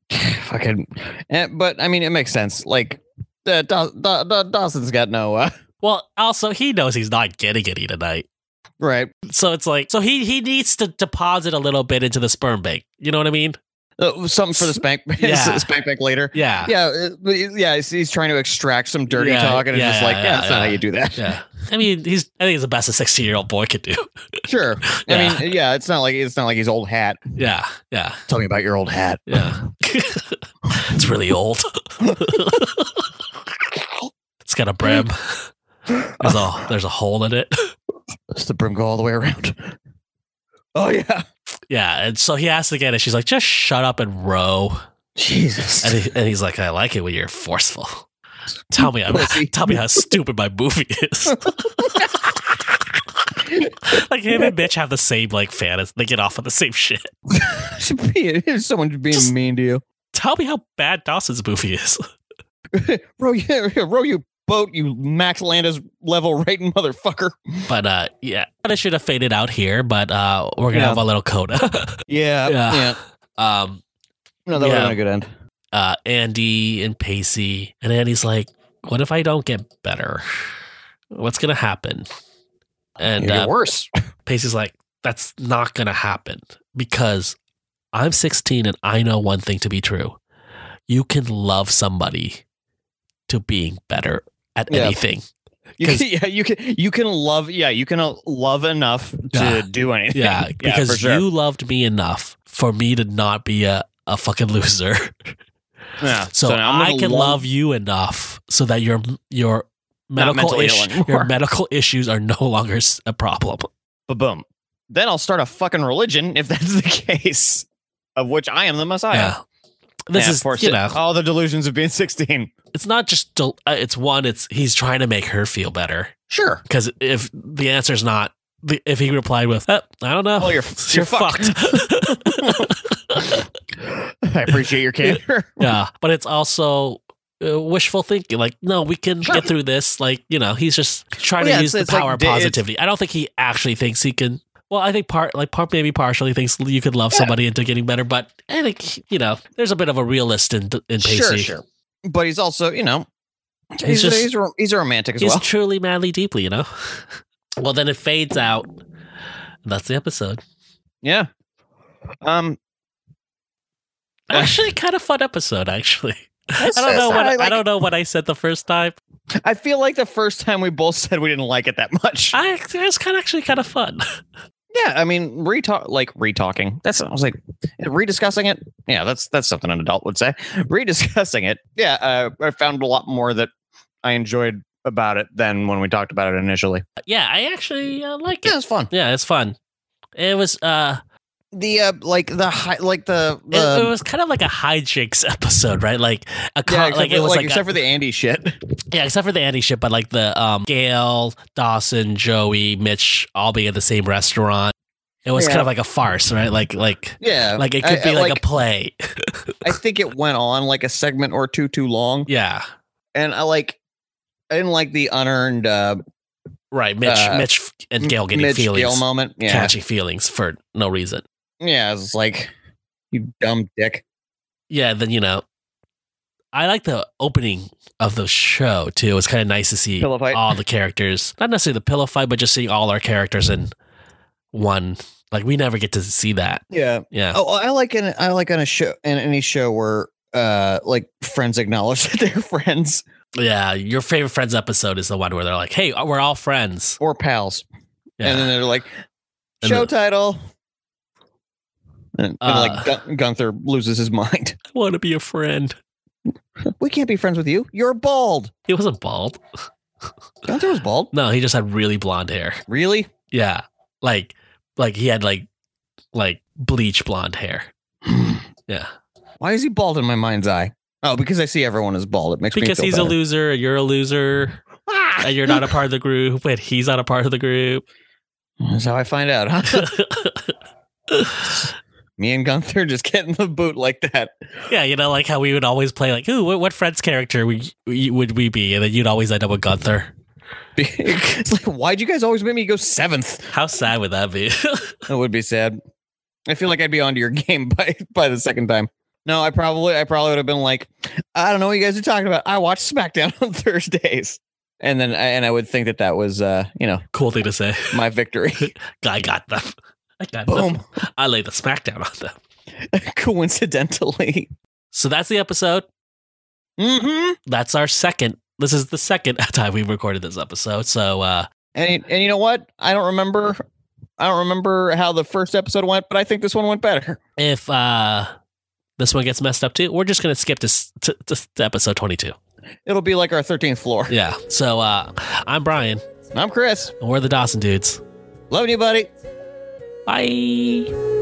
[SPEAKER 2] Fucking, eh, but I mean, it makes sense. Like, uh, Daw- Daw- Daw- Dawson's got no uh,
[SPEAKER 1] Well, also he knows he's not getting any tonight.
[SPEAKER 2] right.
[SPEAKER 1] So it's like, so he he needs to deposit a little bit into the sperm bank. You know what I mean?
[SPEAKER 2] Uh, something for the spank
[SPEAKER 1] Yeah.
[SPEAKER 2] spank bank later.
[SPEAKER 1] Yeah.
[SPEAKER 2] Yeah, uh, but he- yeah. He's, he's trying to extract some dirty
[SPEAKER 1] Yeah,
[SPEAKER 2] talk, and
[SPEAKER 1] yeah,
[SPEAKER 2] it's just like,
[SPEAKER 1] yeah,
[SPEAKER 2] yeah,
[SPEAKER 1] yeah,
[SPEAKER 2] that's not
[SPEAKER 1] yeah.
[SPEAKER 2] how you do that.
[SPEAKER 1] Yeah. I mean, he's I think it's the best a 16 year old boy could do.
[SPEAKER 2] Sure.
[SPEAKER 1] Yeah.
[SPEAKER 2] I mean, yeah, it's not like it's not like he's old hat.
[SPEAKER 1] Yeah. Yeah.
[SPEAKER 2] Tell me about your old hat.
[SPEAKER 1] Yeah. it's really old. it's got a brim. There's a there's a hole in it.
[SPEAKER 2] Does the brim go all the way around? Oh yeah.
[SPEAKER 1] Yeah. And so he asks again, and she's like, just shut up and row.
[SPEAKER 2] Jesus.
[SPEAKER 1] And, he, and he's like, I like it when you're forceful. Tell me, I'm,
[SPEAKER 2] Pussy.
[SPEAKER 1] tell me how stupid my movie is. like him and Mitch have the same like fantasy. They get off on the same shit.
[SPEAKER 2] Should be- Here's someone being
[SPEAKER 1] Just-
[SPEAKER 2] mean to you. Tell
[SPEAKER 1] me how bad Dawson's movie is.
[SPEAKER 2] row you row you boat, you Max Landis level right motherfucker.
[SPEAKER 1] But uh, yeah, I should have faded out here. But uh, we're gonna
[SPEAKER 2] Yeah.
[SPEAKER 1] have a little coda.
[SPEAKER 2] Yeah.
[SPEAKER 1] Yeah.
[SPEAKER 2] Yeah.
[SPEAKER 1] um,
[SPEAKER 2] No, that would
[SPEAKER 1] Yeah.
[SPEAKER 2] have been a good end.
[SPEAKER 1] uh, Andy and Pacey, and Andy's like, "What if I don't get better? What's gonna happen?" And
[SPEAKER 2] You'd get
[SPEAKER 1] uh,
[SPEAKER 2] worse.
[SPEAKER 1] Pacey's like, "That's not gonna happen because I'm 16 and I know one thing to be true: you can love somebody to being better at
[SPEAKER 2] Yeah.
[SPEAKER 1] anything."
[SPEAKER 2] You can, yeah, you can you can love yeah, you can uh, love enough to
[SPEAKER 1] Yeah.
[SPEAKER 2] do anything.
[SPEAKER 1] Yeah, because
[SPEAKER 2] for sure.
[SPEAKER 1] you loved me enough for me to not be a, a fucking loser.
[SPEAKER 2] yeah.
[SPEAKER 1] So,
[SPEAKER 2] now I'm
[SPEAKER 1] I
[SPEAKER 2] gonna
[SPEAKER 1] can love you enough so that your your
[SPEAKER 2] Not
[SPEAKER 1] medical
[SPEAKER 2] mentally ill
[SPEAKER 1] ish, your
[SPEAKER 2] anymore.
[SPEAKER 1] medical issues are no longer s- a problem.
[SPEAKER 2] But boom. Then I'll start a fucking religion if that's the case. Of which I am the Messiah.
[SPEAKER 1] Yeah. This
[SPEAKER 2] Oh, Yeah, of
[SPEAKER 1] is
[SPEAKER 2] course
[SPEAKER 1] you
[SPEAKER 2] it-
[SPEAKER 1] know,
[SPEAKER 2] all the delusions of being 16.
[SPEAKER 1] it's not just del- uh, it's one. It's he's trying to make her feel better
[SPEAKER 2] Sure.
[SPEAKER 1] because if the answer's not the, if he replied with "Uh, I don't know,
[SPEAKER 2] Well, you're- you're fucked. I appreciate your candor.
[SPEAKER 1] yeah, but it's also uh, wishful thinking. Like, no, we can
[SPEAKER 2] Sure.
[SPEAKER 1] get through this. Like, you know, he's just trying
[SPEAKER 2] Well, yeah,
[SPEAKER 1] to use
[SPEAKER 2] it's-
[SPEAKER 1] the
[SPEAKER 2] it's like
[SPEAKER 1] power of
[SPEAKER 2] da- it's-
[SPEAKER 1] positivity. I don't think he actually thinks he can. Well, I think part, like part, maybe partially thinks you could love
[SPEAKER 2] Yeah.
[SPEAKER 1] somebody into getting better, but I think you know, there's a bit of a realist in in Pacey.
[SPEAKER 2] But he's also, you know, he's,
[SPEAKER 1] He's just-
[SPEAKER 2] he's, ro- he's romantic as
[SPEAKER 1] He's
[SPEAKER 2] well.
[SPEAKER 1] truly, madly, deeply. You know. well, then it fades out. And that's the episode.
[SPEAKER 2] yeah. Um,
[SPEAKER 1] Actually, kind of fun episode. Actually, I
[SPEAKER 2] It's-
[SPEAKER 1] don't
[SPEAKER 2] it's
[SPEAKER 1] know what
[SPEAKER 2] not
[SPEAKER 1] I
[SPEAKER 2] like-
[SPEAKER 1] don't know what I said the first time.
[SPEAKER 2] I feel like the first time we both said we didn't like it that much.
[SPEAKER 1] I it was kind of actually kind of fun.
[SPEAKER 2] yeah, I mean, retalk like retalking. That's I was like rediscussing it. Yeah, that's that's something an adult would say. Rediscussing it. Yeah, uh, I found a lot more that I enjoyed about it than when we talked about it initially.
[SPEAKER 1] Yeah, I actually uh, like
[SPEAKER 2] Yeah,
[SPEAKER 1] it.
[SPEAKER 2] it's fun.
[SPEAKER 1] Yeah, it's fun. It was uh,
[SPEAKER 2] the uh like the high like the,
[SPEAKER 1] it,
[SPEAKER 2] the
[SPEAKER 1] it was kind of like a hijinks episode, right? Like a co-
[SPEAKER 2] Um, yeah, except
[SPEAKER 1] like
[SPEAKER 2] for,
[SPEAKER 1] it was
[SPEAKER 2] like,
[SPEAKER 1] like,
[SPEAKER 2] except
[SPEAKER 1] a-
[SPEAKER 2] for the Andy shit.
[SPEAKER 1] yeah, except for the Andy shit, but like the um, Gail, Dawson, Joey, Mitch all being at the same restaurant. It was
[SPEAKER 2] Yeah.
[SPEAKER 1] kind of like a farce, right? Like like
[SPEAKER 2] Yeah,
[SPEAKER 1] like it could
[SPEAKER 2] I-
[SPEAKER 1] be
[SPEAKER 2] I
[SPEAKER 1] like,
[SPEAKER 2] like-
[SPEAKER 1] a play.
[SPEAKER 2] I think it went on like a segment or two too long,
[SPEAKER 1] yeah,
[SPEAKER 2] and I like I didn't like the unearned uh,
[SPEAKER 1] right. Mitch
[SPEAKER 2] Uh,
[SPEAKER 1] Mitch and Gail getting
[SPEAKER 2] Mitch
[SPEAKER 1] feelings,
[SPEAKER 2] Gill moment. Yeah,
[SPEAKER 1] catchy feelings for no reason.
[SPEAKER 2] yeah, it's just like you dumb dick.
[SPEAKER 1] yeah, then you know, I like the opening of the show too. It was kind of nice to see
[SPEAKER 2] Pillow fight.
[SPEAKER 1] all the characters, not necessarily the pillow fight, but just seeing all our characters in one. Like we never get to see that.
[SPEAKER 2] Yeah.
[SPEAKER 1] Yeah,
[SPEAKER 2] Oh, I like in I like on a show in any show where uh like friends acknowledge that they're friends
[SPEAKER 1] yeah. Your favorite Friends episode is the one where they're like, "Hey, we're all friends."
[SPEAKER 2] or pals,
[SPEAKER 1] Yeah,
[SPEAKER 2] and then they're like
[SPEAKER 1] And
[SPEAKER 2] show
[SPEAKER 1] then-
[SPEAKER 2] title. And, and,
[SPEAKER 1] Uh,
[SPEAKER 2] like Gun- Gunther loses his mind.
[SPEAKER 1] I want to be a friend.
[SPEAKER 2] We can't be friends with you. You're bald.
[SPEAKER 1] He wasn't bald.
[SPEAKER 2] Gunther was bald.
[SPEAKER 1] No, he just had really blonde hair.
[SPEAKER 2] Really?
[SPEAKER 1] Yeah, like like he had like like bleach blonde hair. Yeah.
[SPEAKER 2] Why is he bald in my mind's eye? Oh, because I see everyone is bald. It makes
[SPEAKER 1] Because
[SPEAKER 2] me
[SPEAKER 1] he's
[SPEAKER 2] feel
[SPEAKER 1] a loser, and you're a loser.
[SPEAKER 2] better.
[SPEAKER 1] and you're not a part of the group, and he's not a part of the group.
[SPEAKER 2] That's how I find out. Huh? me and Gunther just getting the boot like that.
[SPEAKER 1] yeah, you know, like how we would always play, like, ooh, what, what Fred's character we, we, would we be? And then you'd always end up with Gunther.
[SPEAKER 2] it's like, why'd you guys always make me go seventh?
[SPEAKER 1] How sad would that be?
[SPEAKER 2] That would be sad. I feel like I'd be onto your game by by the second time. No, I probably I probably would have been like, I don't know what you guys are talking about. I watch SmackDown on Thursdays, and then I, and I would think that that was uh you know
[SPEAKER 1] cool thing to say.
[SPEAKER 2] my victory.
[SPEAKER 1] I got them. I got them.
[SPEAKER 2] Boom.
[SPEAKER 1] I laid the smack down on them.
[SPEAKER 2] coincidentally.
[SPEAKER 1] So that's the episode.
[SPEAKER 2] Mm-hmm.
[SPEAKER 1] That's our second. This is the second time we've recorded this episode. So uh,
[SPEAKER 2] And and you know what? I don't remember. I don't remember how the first episode went, but I think this one went better.
[SPEAKER 1] if uh, this one gets messed up too, we're just going to skip to, s- to, to, to episode 22.
[SPEAKER 2] It'll be like our thirteenth floor.
[SPEAKER 1] Yeah. So uh, I'm Brian,
[SPEAKER 2] And I'm Chris.
[SPEAKER 1] and we're the Dawson Dudes.
[SPEAKER 2] Love you, buddy.
[SPEAKER 1] Bye.